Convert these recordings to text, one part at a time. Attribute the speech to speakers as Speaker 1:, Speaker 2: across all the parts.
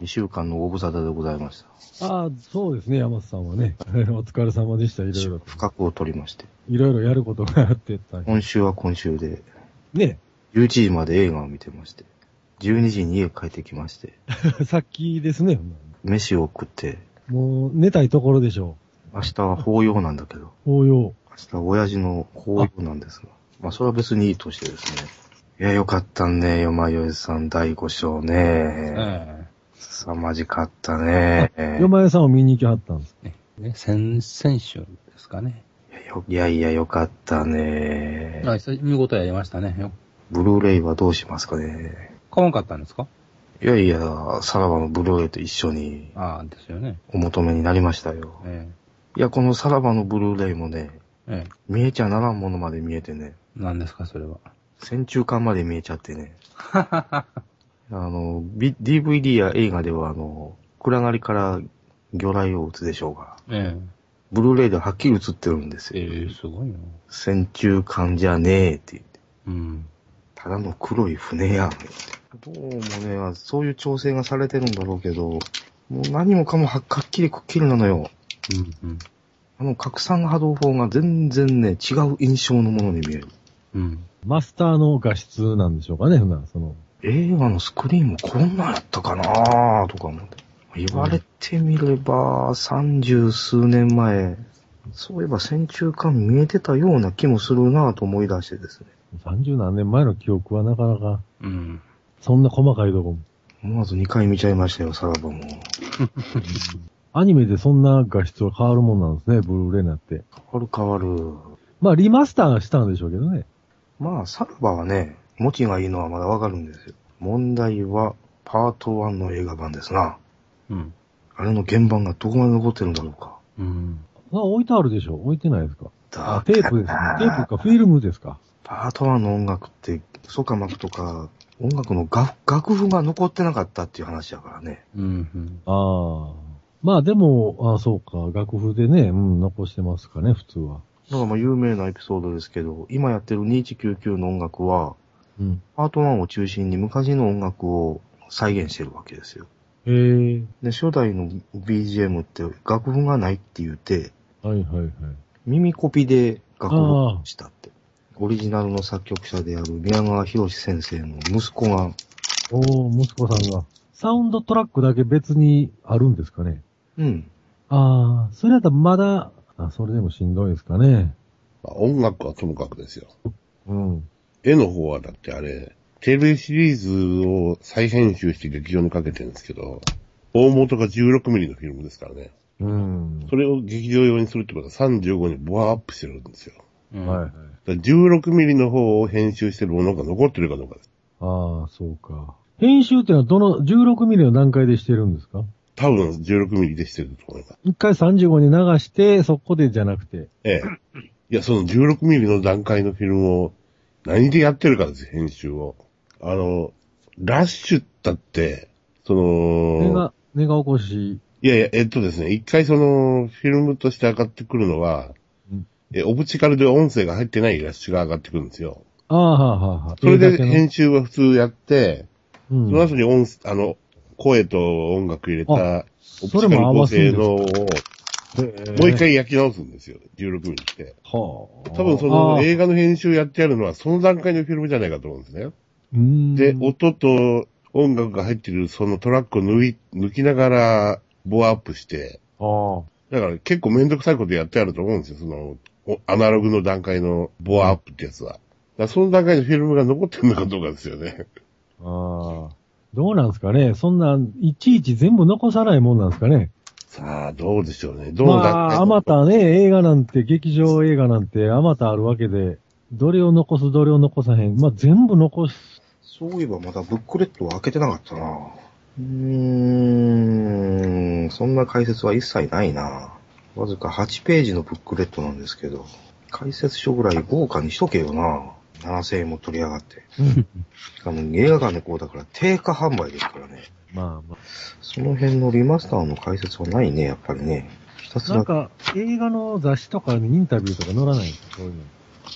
Speaker 1: 2週間のご無沙汰でございました。
Speaker 2: ああ、そうですね、山瀬さんはね。 お疲れ様でした、いろいろ。
Speaker 1: 深くを取りまして。
Speaker 2: いろいろやることがあってたんや
Speaker 1: 今週は今週で、
Speaker 2: ね、
Speaker 1: 11時まで映画を見てまして、12時に家帰ってきまして、
Speaker 2: さっきですね。
Speaker 1: 飯を食って、
Speaker 2: もう、寝たいところでしょ
Speaker 1: 明日は法要なんだけど、
Speaker 2: う。応用。
Speaker 1: 明日は親父の法要なんですが、まあそれは別にいいとしてですね。いや、よかったね、よまよいさん第5章ね。
Speaker 3: え
Speaker 1: 凄まじかったね。
Speaker 2: よまえさんを見に行きはったんです。
Speaker 3: えね、先々週ですかね。
Speaker 1: いやよいやいや、よかったね。
Speaker 3: あ久々見事やりましたね。よ
Speaker 1: ブルーレイはどうしますかね。
Speaker 3: 買わんかったんですか
Speaker 1: いやいや、さらばのブルーレイと一緒に
Speaker 3: ああ、ですよね。
Speaker 1: お求めになりましたよ。
Speaker 3: え
Speaker 1: いや、このさらばのブルーレイもね、
Speaker 3: えええ
Speaker 1: 見えちゃならんものまで見えてね、
Speaker 3: 何ですか、それは。
Speaker 1: 戦中間まで見えちゃってね。あの、ビ DVD や映画ではあの、暗がりから魚雷を撃つでしょうが、
Speaker 3: え
Speaker 1: ブルーレイではっきり映ってるんです
Speaker 3: ええ
Speaker 1: よ。
Speaker 3: えすごいな。
Speaker 1: 戦中間じゃねえって言って。
Speaker 3: うん。
Speaker 1: ただの黒い船やん。どうもね、そういう調整がされてるんだろうけど、もう何もかもはっっきりくっきりなのよ。
Speaker 3: うん、うん。
Speaker 1: あの、拡散波動法が全然ね、違う印象のものに見える。
Speaker 3: うん。
Speaker 2: マスターの画質なんでしょうかね、ほな、その。
Speaker 1: 映画のスクリーンもこんなんやったかなとか思って。言われてみれば、三十数年前、そういえば戦中間見えてたような気もするなと思い出してですね。
Speaker 2: 30何年前の記憶はなかなか、
Speaker 3: うん。
Speaker 2: そんな細かいとこも。
Speaker 1: 思わず2回見ちゃいましたよ、さらばも。
Speaker 2: アニメでそんな画質は変わるもんなんですね、ブルーレイになって。
Speaker 1: 変わる変わる。
Speaker 2: まあ、リマスターしたんでしょうけどね。
Speaker 1: まあ、さらばはね、持ちがいいのはまだわかるんですよ。問題は、パート1の映画版ですな。
Speaker 3: うん。
Speaker 1: あれの原版がどこまで残ってるんだろうか。
Speaker 3: うん。
Speaker 2: あ、置いてあるでしょう置いてないですか
Speaker 1: だ
Speaker 2: あ、テープですね。 テープか、フィルムですか。
Speaker 1: パート1の音楽って、ソカマクとか、音楽の楽楽譜が残ってなかったっていう話やからね。
Speaker 3: うん。うん。
Speaker 2: ああ。まあでも、あそうか、楽譜でね、うん、残してますかね、普通は。
Speaker 1: だからまあ有名なエピソードですけど、今やってる2199の音楽は、
Speaker 2: うん。
Speaker 1: パート1を中心に昔の音楽を再現してるわけですよ。
Speaker 2: へえ。
Speaker 1: で、初代の BGM って楽譜がないって言って、
Speaker 2: はいはいはい。
Speaker 1: 耳コピで楽譜をしたって。オリジナルの作曲者である宮川博先生の息子が、
Speaker 2: おー、息子さんが。サウンドトラックだけ別にあるんですかね。
Speaker 1: うん。
Speaker 2: ああ、それだったらまだ、あ、それでもしんどいですかね。
Speaker 4: まあ、音楽はともかくですよ。
Speaker 2: うん。
Speaker 4: 絵の方はだってあれ、テレビシリーズを再編集して劇場にかけてるんですけど、大元が16ミリのフィルムですからね。
Speaker 2: うん。
Speaker 4: それを劇場用にするってことは35にボアアップしてるんですよ。
Speaker 3: うん
Speaker 2: はいはい。
Speaker 4: だから16ミリの方を編集してるものが残ってるかどうかです。
Speaker 2: ああ、そうか。編集っていうのはどの、16ミリの段階でしてるんですか
Speaker 4: 多分16ミリでしてると思います。
Speaker 2: 一回35に流して、そこでじゃなくて。
Speaker 4: ええ。いや、その16ミリの段階のフィルムを何でやってるかです、編集を。あの、ラッシュだって、その、
Speaker 2: 根が、根が起こし、
Speaker 4: いやいや、えっとですね、一回その、フィルムとして上がってくるのは、
Speaker 2: うん
Speaker 4: え、オプチカルで音声が入ってないラッシュが上がってくるんですよ。
Speaker 2: ああ、はあ、はあ、はあ。
Speaker 4: それ
Speaker 2: 映画
Speaker 4: で
Speaker 2: 系の
Speaker 4: 編集は普通やって、
Speaker 2: うん
Speaker 4: その後に音、あの、声と音楽入れた、オプ
Speaker 2: そ
Speaker 4: チカ
Speaker 2: れ
Speaker 4: ル
Speaker 2: も合
Speaker 4: 構
Speaker 2: わせる
Speaker 4: 成
Speaker 2: んですか
Speaker 4: のを、もう一。回焼き直すんですよ、16ミリって。
Speaker 2: はあ。
Speaker 4: 多分その
Speaker 2: あー
Speaker 4: 映画の編集やってやるのはその段階のフィルムじゃないかと思うんですね。
Speaker 2: うーん
Speaker 4: で、音と音楽が入ってるそのトラックを抜い、抜きながら、ボアアップして、
Speaker 2: あ
Speaker 4: だから結構めんどくさいことやってあると思うんですよ、その、おアナログの段階のボアアップってやつは。だからその段階のフィルムが残ってるのかどうかですよね。
Speaker 2: あ。ああ。どうなんですかねそんな、いちいち全部残さないもんなんですかね
Speaker 4: さあ、どうでしょうね。どの
Speaker 2: ま
Speaker 4: 段階
Speaker 2: あ、あまたね、映画なんて、劇場映画なんて、あまたあるわけで、どれを残す、どれを残さへん。まあ、全部残す。
Speaker 1: そういえばまだブックレットは開けてなかったな。うーん、そんな解説は一切ないな。わずか8ページのブックレットなんですけど、解説書ぐらい豪華にしとけよな。7000円も取り上がって。しかも映画館の子だから定価販売ですからね。
Speaker 2: まあま
Speaker 1: その辺のリマスターの解説はないね、やっぱりね。ひたす
Speaker 2: あ。な
Speaker 1: ら、
Speaker 2: んか、映画の雑誌とかにインタビューとか載らないんですかそういうの。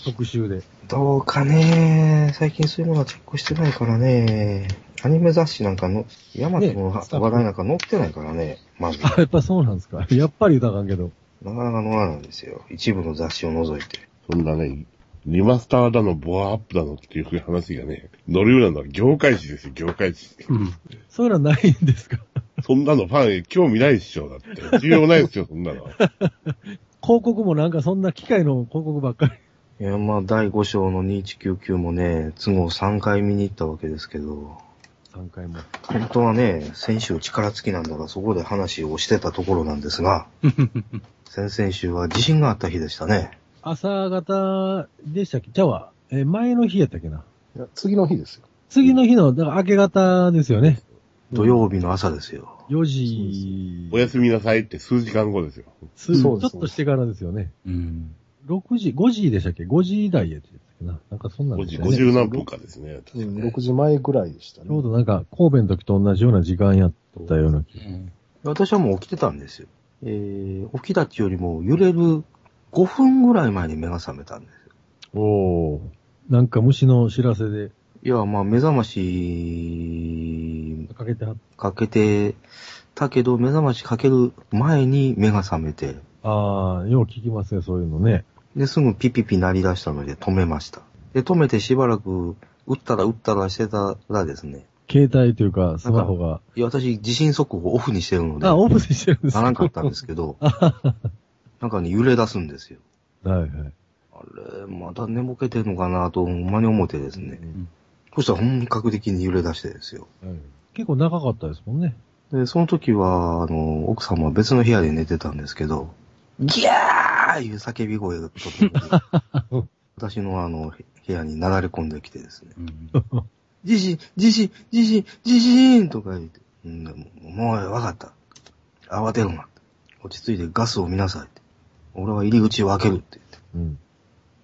Speaker 2: 特集で。
Speaker 1: どうかね。最近そういうのはチェックしてないからね。アニメ雑誌なんかの、ヤマトの
Speaker 2: ね
Speaker 1: 話題なんか載ってないからね、まず。な
Speaker 2: あ、やっぱそうなんですか。やっぱり歌かんけど。
Speaker 1: かなか載らないんですよ。一部の雑誌を除いて。
Speaker 4: そんなね、リマスターだの、ボアアップだのっていう話がね、乗るようなのは業界誌ですよ、業界誌。
Speaker 3: うん。
Speaker 2: そういうのはないんですか。
Speaker 4: そんなのファン興味ないっしょ、 だって。需要ないっすよ、そんなの。
Speaker 2: 広告もなんかそんな機械の広告ばっかり。
Speaker 1: いや、まあ、第5章の2199もね、都合3回見に行ったわけですけど、
Speaker 2: 3回も。
Speaker 1: 本当はね、先週力尽きなんだが、そこで話をしてたところなんですが、 先々週は地震があった日でしたね。
Speaker 2: 朝方でしたっけじゃあは、えー前の日やったっけない
Speaker 5: や次の日ですよ。
Speaker 2: 次の日の、だから明け方ですよね。
Speaker 1: 土曜日の朝ですよ。
Speaker 2: 4時、
Speaker 4: おやすみなさいって数時間後ですよ。
Speaker 2: つち
Speaker 5: そ
Speaker 2: ょ
Speaker 5: う
Speaker 2: っ
Speaker 5: です
Speaker 2: としてからですよね。
Speaker 3: うん。
Speaker 2: 6時、5時でしたっけ ?5 時台やったっけななんかそんなん
Speaker 4: 5
Speaker 2: でし
Speaker 4: 時
Speaker 2: たよね。
Speaker 4: 50何分かですね。確
Speaker 5: う
Speaker 4: か
Speaker 5: ん、
Speaker 4: ね
Speaker 5: 6時前ぐらいでした
Speaker 2: ちょう
Speaker 5: ね。
Speaker 2: どなんか神戸の時と同じような時間やったような気
Speaker 1: 私はもう起きてたんですよ。えー、起きたっちよりも揺れる5分ぐらい前に目が覚めたんですよ。
Speaker 2: おなんか虫の知らせで
Speaker 1: いや、まあ、目覚まし
Speaker 2: かけてはっ
Speaker 1: かけてたけど、目覚ましかける前に目が覚めて、
Speaker 2: ああ、よう聞きますね、そういうのね。
Speaker 1: で、すぐピピピ鳴り出したので止めました。で、止めてしばらく、打ったら打ったらしてたらですね、
Speaker 2: 携帯というか、スマホが。
Speaker 1: いや、私、地震速報オフにしてるので、
Speaker 2: あ、オープンしてるんです。
Speaker 1: ならんかったんですすけ ど、なんかね、揺れ出すんですよ。
Speaker 2: はいはい。
Speaker 1: あれ、まだ寝ぼけてんのかなと、ほんまに思ってですね。そしたら本格的に揺れ出してですよ。
Speaker 2: はい結構長かったですもんね。
Speaker 1: で、その時は、あの、奥様は別の部屋で寝てたんですけど、ギャーいう叫び声がとて も私のあの、部屋になだれ込んできてですね、
Speaker 3: うん。
Speaker 1: 地震、地震、地震、地震とか言って、うんもう、もうわかった。慌てるな。落ち着いてガスを見なさいって。俺は入り口を開けるって言って。
Speaker 2: うん。
Speaker 1: も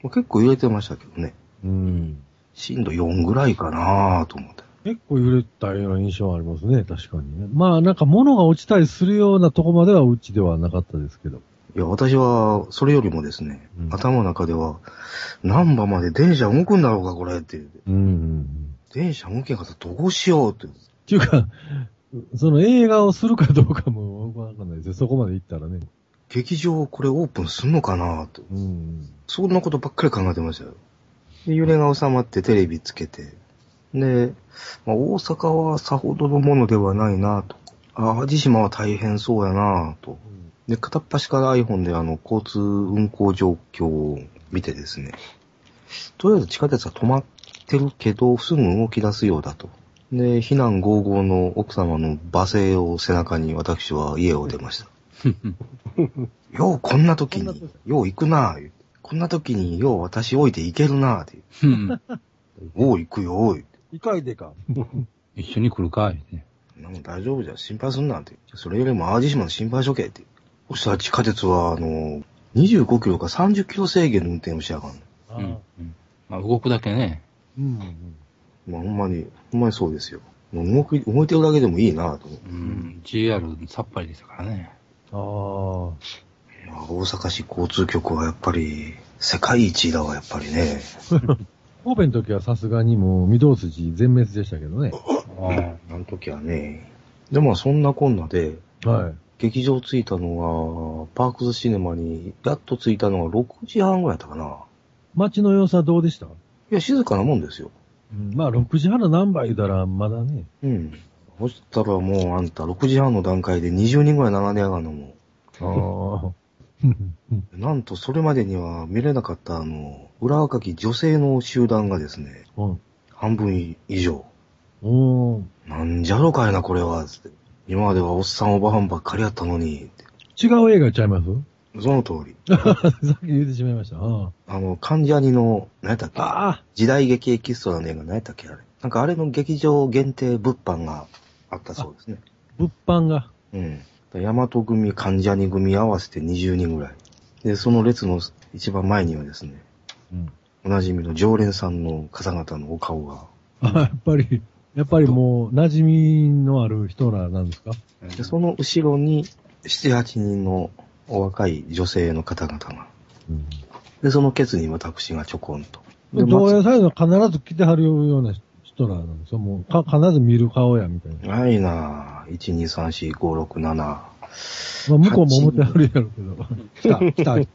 Speaker 1: う結構揺れてましたけどね。
Speaker 2: うん。
Speaker 1: 震度4ぐらいかなと思って。
Speaker 2: 結構揺れたような印象はありますね、確かにね。まあなんか物が落ちたりするようなとこまではうちではなかったですけど。
Speaker 1: いや、私は、それよりもですね、
Speaker 2: うん
Speaker 1: 頭の中では、難波まで電車動くんだろうか、これって言って。
Speaker 2: うんうんうん。
Speaker 1: 電車動けんかったらどうしようって。
Speaker 2: っていうか、その映画をするかどうかもわかんないですよ。そこまで行ったらね。
Speaker 1: 劇場これオープンすんのかなと。
Speaker 2: うん。
Speaker 1: そんなことばっかり考えてましたよ。で、揺れが収まってテレビつけて。で、まあ、大阪はさほどのものではないなと。あ淡路島は大変そうやなと。で、片っ端から iPhone であの、交通運行状況を見てですね。とりあえず地下鉄は止まってるけど、すぐ動き出すようだと。で、避難合々の奥様の罵声を背中に私は家を出ました。ようこんな時
Speaker 2: こんな時
Speaker 1: に、よう行くなぁ。こんな時によう私置いて行けるなぁ。って
Speaker 3: うん
Speaker 1: おう行くよ、おい。
Speaker 2: いかいでか。
Speaker 3: 一緒に来るかいって。
Speaker 1: なんか大丈夫じゃん、心配すんなって。それよりも淡路島の心配しとけって。そしたら地下鉄は、あの、25キロか30キロ制限の運転をしやがんね
Speaker 2: あ
Speaker 3: う
Speaker 2: あ
Speaker 3: ん。うんまあ、動くだけね。
Speaker 2: うんうん。
Speaker 1: まあ、ほんまに、ほんまにそうですよ。もう動く、動いてるだけでもいいなぁと思う。
Speaker 3: うん。GR さっぱりでしたからね。
Speaker 1: い
Speaker 2: あ
Speaker 1: や大阪市交通局はやっぱり、世界一だわ、やっぱりね。
Speaker 2: あ。神戸の時はさすがにもう、御堂筋全滅でしたけ どね。
Speaker 3: あ
Speaker 1: あの時はね。で、まあそんなこんなで、
Speaker 2: はい。
Speaker 1: 劇場着いたのは、パークズシネマに、やっと着いたのは6時半ぐらいだったかな。
Speaker 2: 街の様子はどうでした、
Speaker 1: いや、静かなもんですよ。
Speaker 2: まあ、6時半の何倍言うたら、まだね。
Speaker 1: うん。そしたらもうあんた6時半の段階で20人ぐらい並んでやがんのも
Speaker 2: ああ。
Speaker 1: う。なんとそれまでには見れなかったあの、裏若き女性の集団がですね、
Speaker 2: うん。
Speaker 1: 半分以上。
Speaker 2: おー
Speaker 1: なんじゃろかいな、これは。つって今まではおっさんおばはんばっかりやったのに。って
Speaker 2: 違う映画ちゃいます
Speaker 1: その通り。
Speaker 2: さっき言ってしまいました。あ
Speaker 1: あの、関ジャニの、何やったっけ
Speaker 2: あ。
Speaker 1: 時代劇エキストラの映画何やったっけあれ。なんかあれの劇場限定物販があったそうですね。
Speaker 2: 物販が。
Speaker 1: うん。大和組、関ジャニ組合わせて20人ぐらい。で、その列の一番前にはですね、
Speaker 2: うん。
Speaker 1: おなじみの常連さんの方々のお顔が。
Speaker 2: あやっぱり、やっぱりもう、馴染みのある人らなんですか
Speaker 3: あ。
Speaker 1: で、その後ろに、7、8人のお若い女性の方々が。
Speaker 2: うん。
Speaker 1: で、そのケツに私がちょこんと。で、
Speaker 2: 同
Speaker 1: 松
Speaker 2: 様サイズは必ず来てはるようなストラーなんですよ。もう、か、必ず見る顔や、みたいな。
Speaker 1: ないなぁ。1、2、3、4、5、6、7。
Speaker 2: まあ、向こうも思ってあるやろうけど。来た、来た、来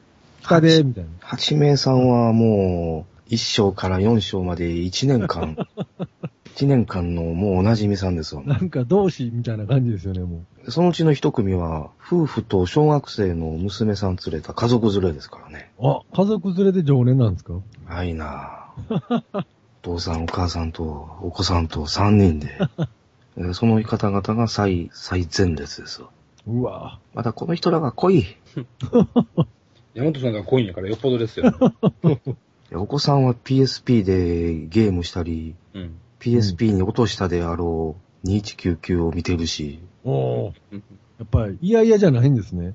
Speaker 2: たで、みたいな。
Speaker 1: 八名さんはもう、1章から4章まで1年 間、1年間のもうおなじみさんですわ、
Speaker 2: なんか同志みたいな感じですよね、も
Speaker 1: そのうちの一組は、夫婦と小学生の娘さん連れた家族連れですからね。
Speaker 2: う。あ、家族連れで常連なんですか
Speaker 1: ないなぁ。 お父さん、お母さんと、お子さんと3人 で。えーその方々が最、最前列ですわ。
Speaker 2: うわ
Speaker 1: またこの人らが濃い。
Speaker 6: 山本さんが濃いんやからよっぽど ですよ、ね。
Speaker 1: でお子さんは PSP でゲームしたり、
Speaker 6: うん。
Speaker 1: PSP に落としたであろう2199を見てるし、
Speaker 2: おおやっぱり、いやいやじゃないんですね。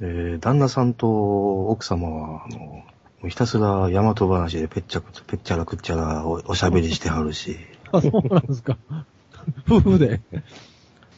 Speaker 1: えー旦那さんと奥様は、あの、もうひたすら大和話でぺっちゃく、ぺっちゃらくっちゃらおおしゃべりしてはるし、
Speaker 2: あ、そうなんですか。夫婦で。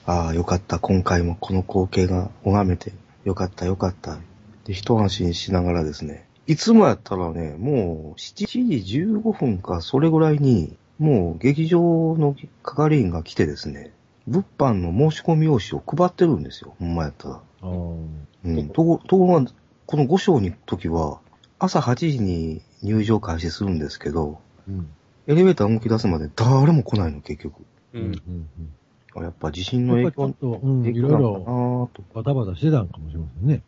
Speaker 1: ああ、よかった、今回もこの光景が拝めて、よかった、よかった。で、一安心しながらですね、いつもやったらね、もう7時15分かそれぐらいに、もう劇場の係員が来てですね、物販の申し込み用紙を配ってるんですよ、ほんまやったら。
Speaker 2: あー
Speaker 1: うん、とこところが、この5章の時は、朝8時に入場開始するんですけど、
Speaker 2: うん。
Speaker 1: エレベーター動き出すまで誰も来ないの、結局。
Speaker 6: う
Speaker 2: うん。
Speaker 6: ん。
Speaker 2: う
Speaker 1: あやっぱ地震の
Speaker 2: ん。やっ
Speaker 1: 影
Speaker 2: ぱりちょ
Speaker 1: 響、
Speaker 2: っと、うん、い
Speaker 1: 影響
Speaker 2: ろい
Speaker 1: なのか
Speaker 2: ろ
Speaker 1: なぁと。
Speaker 2: バタバタしてたんかもしれませんね。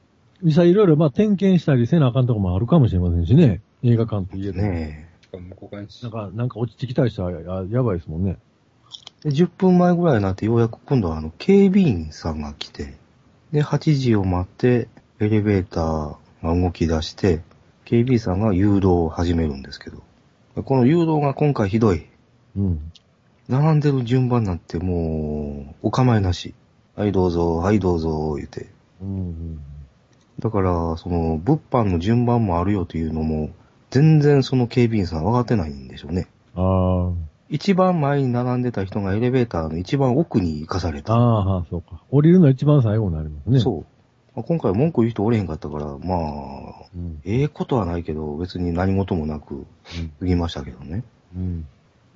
Speaker 2: 実際いろいろ、まあ、点検したりせなあかんとこもあるかもしれませんしね。映画館といえば。
Speaker 1: ね
Speaker 6: しかも向こう側にし
Speaker 2: なんか、なんか落ちてきたりしたら、ややばいですもんね。
Speaker 1: え。で、10分前ぐらいになってようやく今度はあの、警備員さんが来て、で、8時を待って、エレベーターが動き出して、警備員さんが誘導を始めるんですけど、でこの誘導が今回ひどい。
Speaker 2: うん。
Speaker 1: 並んでる順番なんてもう、お構いなし。はい、どうぞ、はい、どうぞ、言って。
Speaker 2: うん。
Speaker 1: だから、その、物販の順番もあるよというのも、全然その警備員さん分かってないんでしょうね。
Speaker 2: ああ。
Speaker 1: 一番前に並んでた人がエレベーターの一番奥に行かされ
Speaker 2: あ
Speaker 1: た。
Speaker 2: あはあ、そうか。降りるのは一番最後になりますね。
Speaker 1: そう。まあ今回文句言う人おれへんかったから、まあ、
Speaker 2: う。うん。
Speaker 1: ええことはないけど、別に何事もなく過ぎましたけどね。
Speaker 2: うん。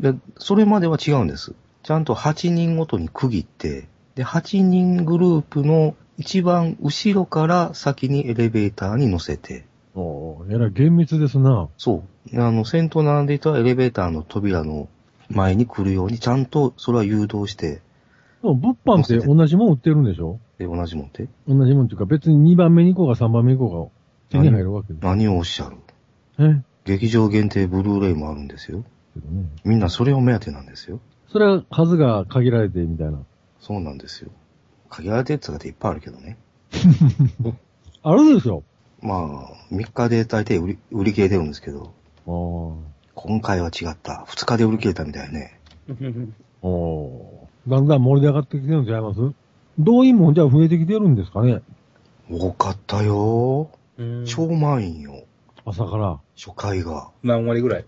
Speaker 1: で、それまでは違うんです。ちゃんと8人ごとに区切って、で、8人グループの一番後ろから先にエレベーターに乗せて、
Speaker 2: おおえらい厳密ですな。
Speaker 1: そう。あの、先頭並んでいたエレベーターの扉の前に来るように、ちゃんとそれは誘導して、
Speaker 2: でも物販って同じもん売ってるんでしょ
Speaker 1: で、同じもんって
Speaker 2: 同じもんっていうか、別に2番目に行こうが3番目に行こうが手に入るわけです。
Speaker 1: 何をおっしゃる
Speaker 2: え
Speaker 1: 劇場限定ブルーレイもあるんですよ。
Speaker 2: けどね。
Speaker 1: みんなそれを目当てなんですよ。
Speaker 2: それは数が限られて、みたいな。
Speaker 1: そうなんですよ。限られてるやつがいっぱいあるけどね。
Speaker 2: あるでしょ
Speaker 1: まあ、3日で大体売り売り切れてるんですけど、
Speaker 2: ああ。
Speaker 1: 今回は違った。2日で売り切れたみたいね。
Speaker 2: おおだんだん盛り上がってきてるんちゃいます動員もじゃあ増えてきてるんですかね
Speaker 1: 多かったよ。
Speaker 6: うん
Speaker 1: 超満員よ。
Speaker 2: 朝から。
Speaker 1: 初回が。
Speaker 6: 何割ぐらい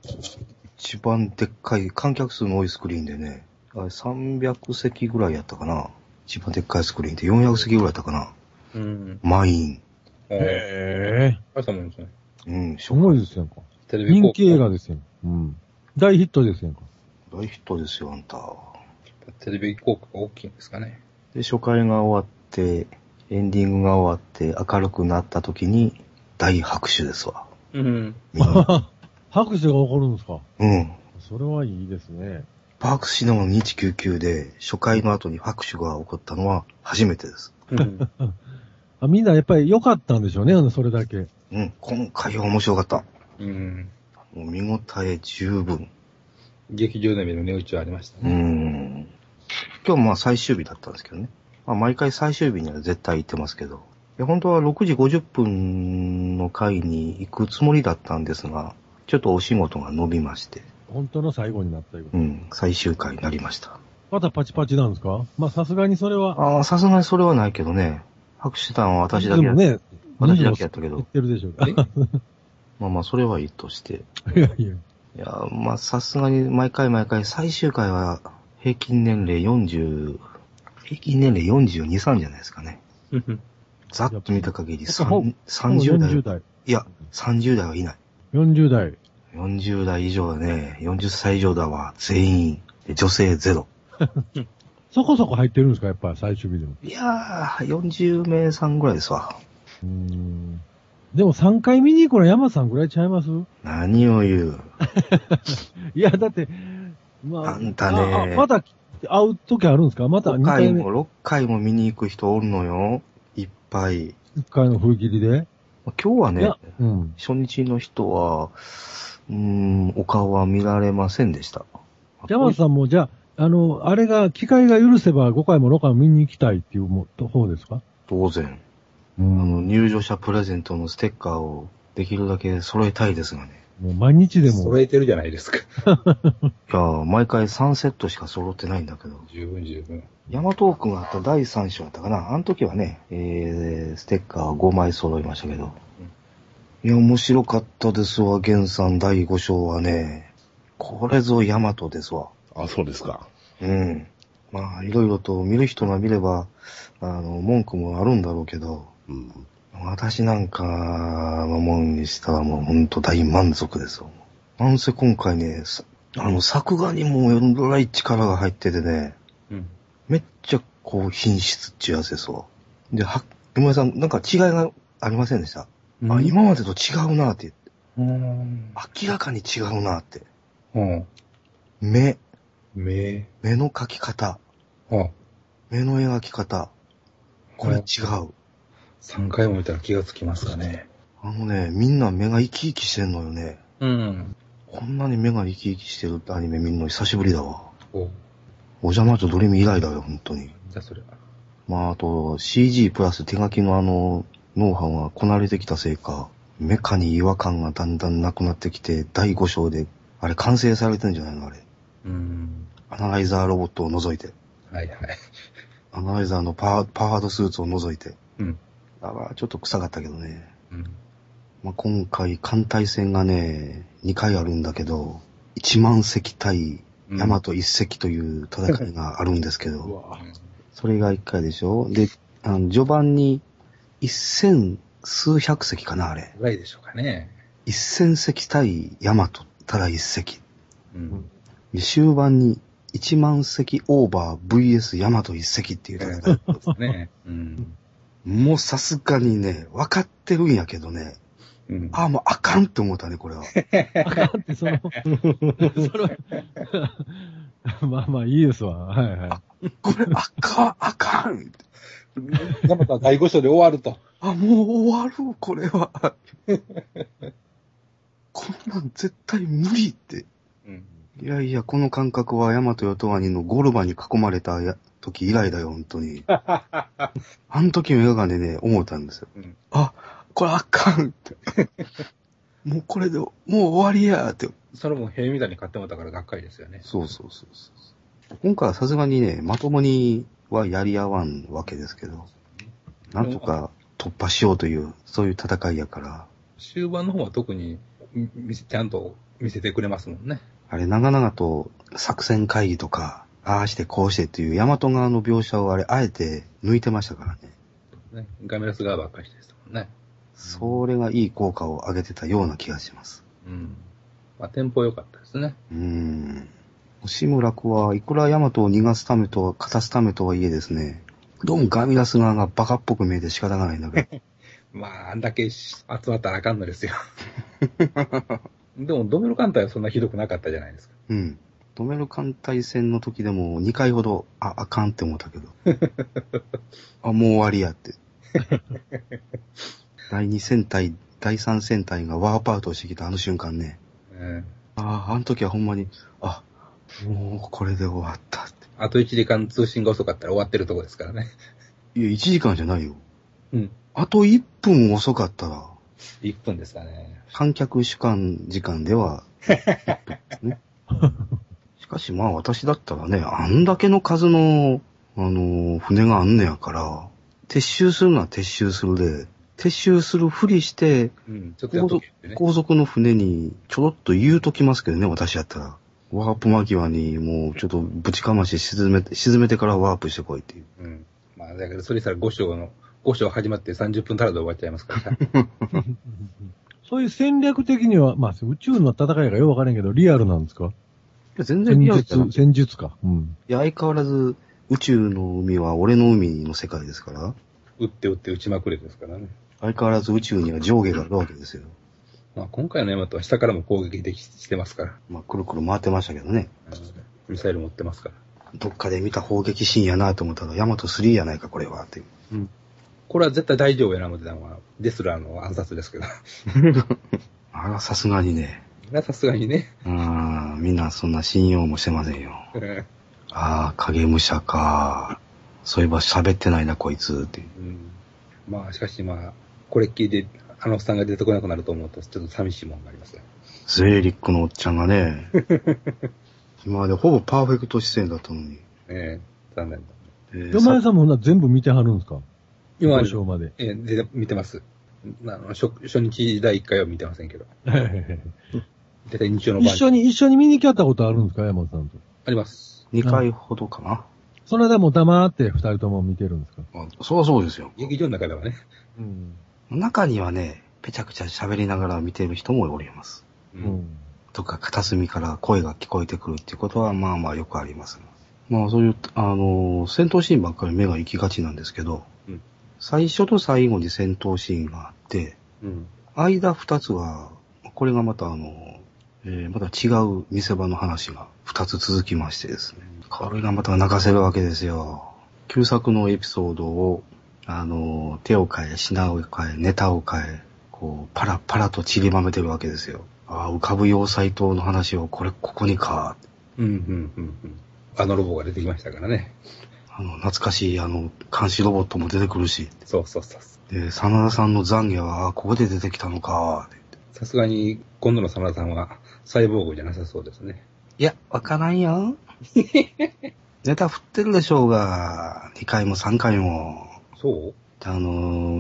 Speaker 1: 一番でっかい、観客数の多いスクリーンでね、あれ300席ぐらいやったかな。一番でっかいスクリーンで400席ぐらいやったかな。
Speaker 6: うん。
Speaker 1: 満員。
Speaker 6: ええ。
Speaker 2: ええ。
Speaker 6: 大したもんですね。
Speaker 1: うん、
Speaker 2: す
Speaker 1: 初
Speaker 2: ご
Speaker 1: 回。
Speaker 2: いですやんか。
Speaker 6: テレビ
Speaker 2: 人
Speaker 6: 広
Speaker 2: 気映画
Speaker 6: 告。
Speaker 2: ですやん。うん。大ヒットですやんか。
Speaker 1: 大ヒットですよ、あんた。
Speaker 6: テレビ広告が大きいんですかね。
Speaker 1: で、初回が終わって、エンディングが終わって、明るくなった時に、大拍手ですわ。
Speaker 6: うん。
Speaker 1: みんな
Speaker 2: 拍手が起こるんですか
Speaker 1: うん。
Speaker 2: それはいいですね。
Speaker 1: パークシナモン2199で、初回の後に拍手が起こったのは初めてです。
Speaker 6: うん。
Speaker 2: あみんなやっぱり良かったんでしょうね、あのそれだけ。
Speaker 1: うん、今回は面白かった。
Speaker 6: うん。
Speaker 1: もう見応え十分。
Speaker 6: 劇場で見る値打ちはありました
Speaker 1: う
Speaker 6: ね。
Speaker 1: ん。今日まあ最終日だったんですけどね。まあ毎回最終日には絶対行ってますけど。いや本当は6時50分の回に行くつもりだったんですが、ちょっとお仕事が伸びまして、
Speaker 2: 本当の最後になったよ。
Speaker 1: うん、最終回になりました。
Speaker 2: またパチパチなんですかまあさすがにそれは、
Speaker 1: ああ、さすがにそれはないけどね。拍手団は私だ
Speaker 2: で
Speaker 1: け
Speaker 2: も
Speaker 1: や、
Speaker 2: ね、
Speaker 1: 私だけやったけ
Speaker 2: 言っ
Speaker 1: ど、
Speaker 2: てるでしょう。
Speaker 1: まあまあそれはいいとして。
Speaker 2: いやい
Speaker 1: い
Speaker 2: や。
Speaker 1: や、まあさすがに毎回毎回最終回は平均年齢40、平均年齢42、3じゃないですかね。
Speaker 6: うん。
Speaker 1: ざっと見た限り
Speaker 2: やっぱほ
Speaker 1: 3 30代。
Speaker 2: 代。
Speaker 1: いや、30代はいない。
Speaker 2: 40代。
Speaker 1: う40代以上だね。40歳以上だわ。全員。で女性ゼロ。
Speaker 2: そこそこ入ってるんですかやっぱり最終日でも。
Speaker 1: いやー、40名さんぐらいですわ。
Speaker 2: うーん。でも3回見に行くの山さんぐらいちゃいます
Speaker 1: 何を言う。
Speaker 2: いや、だって、ま
Speaker 1: あんたね
Speaker 2: ああまた会う時あるんですかまた
Speaker 1: 5
Speaker 2: 2
Speaker 1: 回
Speaker 2: 回目、
Speaker 1: も6回も見に行く人おるのよ。いっぱい。
Speaker 2: 1回の踏切で。
Speaker 1: 今日はいね
Speaker 2: や、うん。
Speaker 1: 初日の人は、うーん、お顔は見られませんでした。
Speaker 2: 山さんもじゃあ、あの、あれが、機会が許せば5回も6回も見に行きたいっていうも方ですか
Speaker 1: 当然。あ
Speaker 2: う
Speaker 1: の、
Speaker 2: ん。
Speaker 1: 入場者プレゼントのステッカーをできるだけ揃えたいですがね。
Speaker 2: もう毎日でも
Speaker 6: 揃。えてるじゃないですか。
Speaker 1: いやー毎回3セットしか揃ってないんだけど。
Speaker 6: 十分十分。
Speaker 1: ヤマトークがあった第3章だったかな。あの時はね、えー、ステッカー5枚揃いましたけど。いや、面白かったですわ、ゲンさん第5章はね。これぞヤマトですわ。
Speaker 4: あ、そうですか。
Speaker 1: うん。まあ、いろいろと見る人が見れば、あの、文句もあるんだろうけど、
Speaker 4: うん。
Speaker 1: 私なんかのもんにしたらもうほんと大満足ですよ。なんせ今回ね、さあの、作画にもえらい力が入っててね、
Speaker 6: うん。
Speaker 1: めっちゃこう品質っちゅうやつですわ。で、は、今井さん、なんか違いがありませんでした、あ、今までと違うなって、
Speaker 6: うん。
Speaker 1: 明らかに違うなって。
Speaker 6: うん。
Speaker 1: 目、
Speaker 6: 目。
Speaker 1: 目の描き方、
Speaker 6: あ、
Speaker 1: 目の描き方、これ違う。
Speaker 6: 3回も見たら気がつきますかね。
Speaker 1: あのね、みんな目が生き生きしてんのよね。
Speaker 6: うん。
Speaker 1: こんなに目が生き生きしてるアニメ見るの久しぶりだわ。
Speaker 6: お、じ
Speaker 1: お邪魔女ドリーム以来だよ、本当に。
Speaker 6: ゃあそれ。
Speaker 1: まあ、あと、CG プラス手書きのあの、ノウハウがこなれてきたせいか、メカに違和感がだんだんなくなってきて、第5章で、あれ完成されてんじゃないのあれ。
Speaker 6: うん。
Speaker 1: アナライザーロボットを除いて。
Speaker 6: はいはい。
Speaker 1: アナライザーのパワーパワードスーツを除いて。
Speaker 6: うん。
Speaker 1: だから、ちょっと臭かったけどね。
Speaker 6: うん。
Speaker 1: まあ、今回、艦隊戦がね、2回あるんだけど、1万隻対
Speaker 6: うん
Speaker 1: ヤマト1隻という戦いがあるんですけど、
Speaker 2: うわ
Speaker 1: それが1回でしょで、あの、序盤に1千数百隻かな、あれ。
Speaker 6: ぐらいでしょうかね。
Speaker 1: 1千隻対ヤマト、ただ1隻。
Speaker 6: うん。
Speaker 1: で終盤に1万隻オーバー VS ヤマト1隻っていう戦い。
Speaker 6: ね。うん。
Speaker 1: もうさすがにね、分かってるんやけどね、
Speaker 6: うん。
Speaker 1: ああ、もうあかんって思ったね、これは。
Speaker 2: あかんって、その、 その、まあまあいいですわ。はいはい。
Speaker 1: これ、あかん、あかん。
Speaker 6: ヤマトは第5章で終わると。
Speaker 1: あ、もう終わる、これは。 こんなん絶対無理って。
Speaker 6: うん。
Speaker 1: いやいや、この感覚はヤマトヨトワニのゴルバに囲まれたや時以来だよ、本当 に。あの時の映画でね、思ったんですよ。
Speaker 6: うん
Speaker 1: あ、これあかんって。 もうこれで、もう終わりやーって。
Speaker 6: それも平みたいに買ってもらったからがっかりですよね。
Speaker 1: そうそうそうそう。今回はさすがにね、まともにはやり合わんわけですけど、なんとか突破しようという、そういう戦いやから。
Speaker 6: 終盤の方は特にみ見せ、ちゃんと見せてくれますもんね。
Speaker 1: あれ、長々と作戦会議とか、ああしてこうしてっていう、ヤマト側の描写をあれ、あえて抜いてましたからね。
Speaker 6: ねガメラス側ばっかりですもんね。
Speaker 1: それがいい効果を上げてたような気がします。
Speaker 6: うん。まあ、テンポ良かったですね。
Speaker 1: うーん。志村子はいくらヤマトを逃がすためとは、勝たすためとはいえですね、どうもガミラス側がバカっぽく見えて仕方がないんだけど、
Speaker 6: まあ、あんだけ集まったらあかんの ですよ。でも、ドメロ艦隊はそんなひどくなかったじゃないですか。
Speaker 1: うん。止める艦隊戦の時でも2回ほど、あ、あかんって思ったけど。あ、もう終わりやって。 第2戦隊、第3戦隊がワープアウトしてきたあの瞬間ね。
Speaker 6: うん。
Speaker 1: ああ、あの時はほんまに、あ、もうこれで終わったって。
Speaker 6: あと1時間通信が遅かったら終わってるとこですからね。
Speaker 1: いや、1時間じゃないよ。
Speaker 6: うん。
Speaker 1: あと1分遅かったら、
Speaker 6: 1分ですかね。
Speaker 1: 観客主観時間では、 ね、しかしまあ私だったらね、あんだけの数の、あのー船があんねやから、撤収するのは撤収するで、撤収するふりして、
Speaker 6: うん。ちょっとやっ
Speaker 1: 後
Speaker 6: と
Speaker 1: 続
Speaker 6: けってね。
Speaker 1: 後続の船にちょろっと言うときますけどね、私やったら。ワープ間際にもうちょっとぶちかまして沈めて、沈めてからワープしてこいっていう。
Speaker 6: うん。まあ、だけど、それしたら5章の、5章始まって30分足らずで終わっちゃいますから。
Speaker 2: そういう戦略的には、まあ、宇宙の戦いがよくわからんけど、リアルなんですか
Speaker 1: や全然
Speaker 2: 戦
Speaker 1: リアルじゃなく
Speaker 2: 術、
Speaker 1: て。い
Speaker 2: 戦術か。うん。
Speaker 1: や、相変わらず、宇宙の海は俺の海の世界ですから、
Speaker 6: 打って打って打ちまくれですからね。
Speaker 1: 相変わらず宇宙には上下があるわけですよ。
Speaker 6: まあ、今回のヤマトは下からも攻撃できしてますから。
Speaker 1: まあ、くるくる回ってましたけどね。
Speaker 6: ミサイル持ってますから。
Speaker 1: どっかで見た砲撃シーンやなと思ったら、ヤマト3やないか、これは、って。
Speaker 6: これは絶対大丈夫やな思ってたのは、デスラーの暗殺ですけど。
Speaker 1: あら、さすがにね。
Speaker 6: さすがにね。
Speaker 1: うーん、みんなそんな信用もしてませんよ。
Speaker 6: うん
Speaker 1: ああ、影武者か。そういえば喋ってないな、こいつ、って。
Speaker 6: うんまあ、しかしまあ、これっきりで、あのおっさんが出てこなくなると思うと、ちょっと寂しいもんがありますね。
Speaker 1: ズエリックのおっちゃんがね、今までほぼパーフェクト視線だったのに。
Speaker 6: ええ残念だ。
Speaker 1: えー
Speaker 2: 山根さんもほんなら全部見てはるんですか
Speaker 6: 今
Speaker 2: 故、障まで。
Speaker 6: ええで見てます。あの初初日第1回は見てませんけど。大体日曜の
Speaker 2: 一
Speaker 6: 晩
Speaker 2: 緒に、一緒に見に来はったことあるんですか山根さんと。
Speaker 6: あります。
Speaker 1: 二回ほどかな。
Speaker 2: その間もう黙って二人とも見てるんですか
Speaker 1: あそうそうですよ。
Speaker 6: 劇場の中ではね。
Speaker 2: うん。
Speaker 1: 中にはね、ぺちゃくちゃ喋りながら見てる人もおります。
Speaker 6: う。
Speaker 2: うんん。
Speaker 1: とか、片隅から声が聞こえてくるっていうことは、まあまあよくあります。まあそういう、あのー戦闘シーンばっかり目が行きがちなんですけど、
Speaker 6: うん
Speaker 1: 最初と最後に戦闘シーンがあって、
Speaker 6: うん。
Speaker 1: 間二つは、これがまたあの、えーまた違う見せ場の話が二つ続きましてですね。これがまた泣かせるわけですよ。旧作のエピソードを、あの、手を変え、品を変え、ネタを変え、こう、パラパラと散りばめてるわけですよ。ああ、浮かぶ要塞島の話を、これ、ここにか。
Speaker 6: うん、うん、うん。うんあのロボが出てきましたからね。
Speaker 1: あの、懐かしい、あの、監視ロボットも出てくるし。
Speaker 6: そうそうそう。
Speaker 1: で、真田さんの懺悔は、ああ、ここで出てきたのか。
Speaker 6: さすがに、今度の真田さんは、サイボーグじゃなさそうですね。
Speaker 1: いや、わからんよ。ネタ振ってるでしょうが、2回も3回も。
Speaker 6: そう
Speaker 1: あの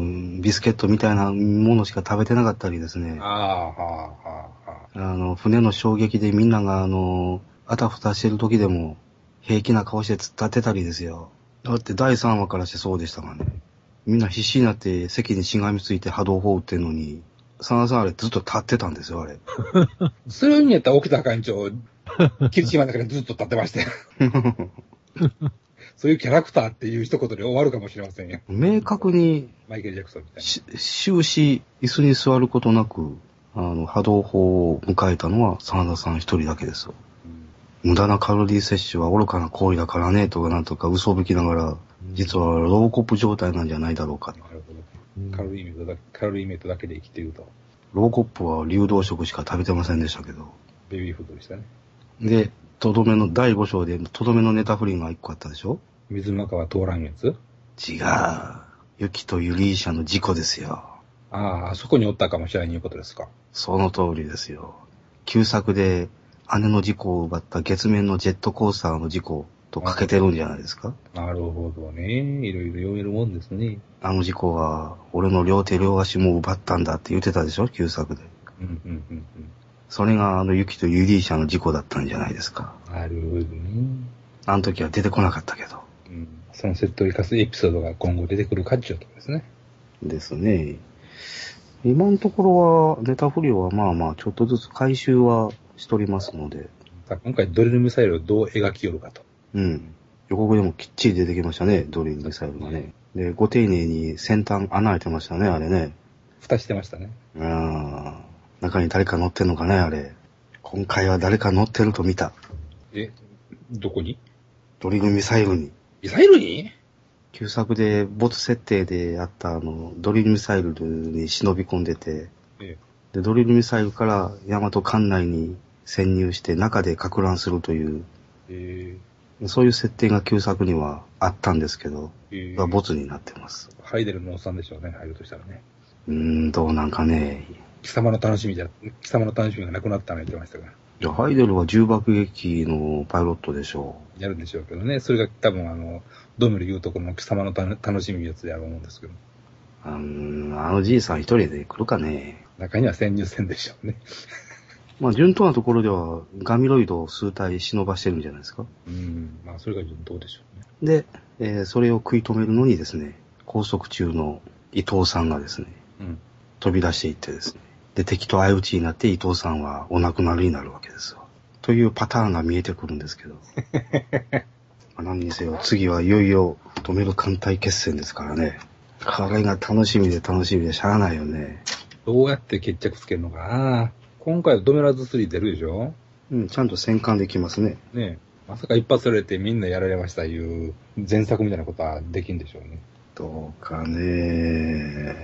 Speaker 1: ー、ビスケットみたいなものしか食べてなかったりですね。
Speaker 6: あ
Speaker 1: あ
Speaker 6: あ、はあ、はあ、はあ。
Speaker 1: の、船の衝撃でみんなが、あのー、あたふたしてる時でも、平気な顔して突っ立てたりですよ。だって第3話からしてそうでしたからね。みんな必死になって席にしがみついて波動砲打ってんのに、サナさんあれずっと立ってたんですよ、あれ。
Speaker 6: それにやったら沖田館長、霧島の中でずっと立ってま したよ。そういうキャラクターっていう一言で終わるかもしれませんよ。
Speaker 1: 明確に
Speaker 6: マイケル・ジャクソンみたい
Speaker 1: し終始、椅子に座ることなく、あの、波動砲を迎えたのは、真田さん一人だけですよ。無駄なカロリー摂取は愚かな行為だからね、とかなんとか嘘吹きながら、実はローコップ状態なんじゃないだろうか
Speaker 6: な。。なるほど。カロリーメイトだけ、カロリーメイトだけで生きていると、
Speaker 1: ローコップは流動食しか食べてませんでしたけど。
Speaker 6: ベビーフードでしたね。
Speaker 1: で、とどめの、第5章で、とどめのネタ不倫が一個あったでしょ
Speaker 6: 水の中は通らんやつ
Speaker 1: 違う。ユキとユリーシャの事故ですよ。
Speaker 6: ああ、あそこにおったかもしれないいうことですか。
Speaker 1: その通りですよ。旧作で姉の事故を奪った月面のジェットコースターの事故とかけてるんじゃないですか
Speaker 6: なるほどね。いろいろ読めるもんですね。
Speaker 1: あの事故は俺の両手両足も奪ったんだって言ってたでしょ旧作で。
Speaker 6: うん、うん、うん、
Speaker 1: それがあのユキとユリーシャの事故だったんじゃないですか。
Speaker 6: うん。なるほどね。
Speaker 1: あの時は出てこなかったけど。
Speaker 6: うん。そのセットを生かすエピソードが今後出てくるかっちゅうとこですね。
Speaker 1: ですね。今のところはネタ不良はまあまあちょっとずつ回収はしとりますので。
Speaker 6: さあ今回ドリルミサイルをどう描きよるかと。
Speaker 1: うん。予告でもきっちり出てきましたね、ドリルミサイルがね。で、ご丁寧に先端穴開いてましたね、あれね。
Speaker 6: 蓋してましたね。
Speaker 1: うん。中に誰か乗ってんのかね、あれ。今回は誰か乗ってると見た。
Speaker 6: え、どこに
Speaker 1: ドリルミサイルに。
Speaker 6: ミサイルに
Speaker 1: 旧作で、ボツ設定であった、あの、ドリルミサイルに忍び込んでて、
Speaker 6: ええ
Speaker 1: で、ドリルミサイルから大和艦内に潜入して中で撹乱するという、
Speaker 6: え
Speaker 1: そういう設定が旧作にはあったんですけど、
Speaker 6: ー、え
Speaker 1: がボツになってます。
Speaker 6: ハイデルのおっさんでしょうね、入るとしたらね。
Speaker 1: うーん、どうなんかね。
Speaker 6: 貴様の楽しみじゃ、貴様の楽しみがなくなったの言ってましたから。
Speaker 1: いや、ハイデルは重爆撃のパイロットでしょ
Speaker 6: やるんでしょうけどね。それが多分あの、ドムル言うところの貴様のた楽しみやつであると思うんですけど。
Speaker 1: う。うーん、あのじいさん一人で来るかね。
Speaker 6: 中には潜入戦でしょうね。
Speaker 1: まあ、順当なところでは、ガミロイドを数体忍ばしてるんじゃないですか。
Speaker 6: うん。まあ、それがどうでしょうね。
Speaker 1: で、えーそれを食い止めるのにですね、拘束中の伊藤さんがですね、
Speaker 6: うん。
Speaker 1: 飛び出していってですね、で、敵と相打ちになって伊藤さんはお亡くなりになるわけですよ。というパターンが見えてくるんですけど。まあ何にせよ、次はいよいよ、止める艦隊決戦ですからね。これが楽しみで楽しみでしゃあないよね。
Speaker 6: どうやって決着つけるのかな今回はドメラズ3出るでしょ
Speaker 1: うん、ちゃんと戦艦できますね。
Speaker 6: ねえ。まさか一発されてみんなやられましたいう前作みたいなことはできんでしょうね。
Speaker 1: どうかね。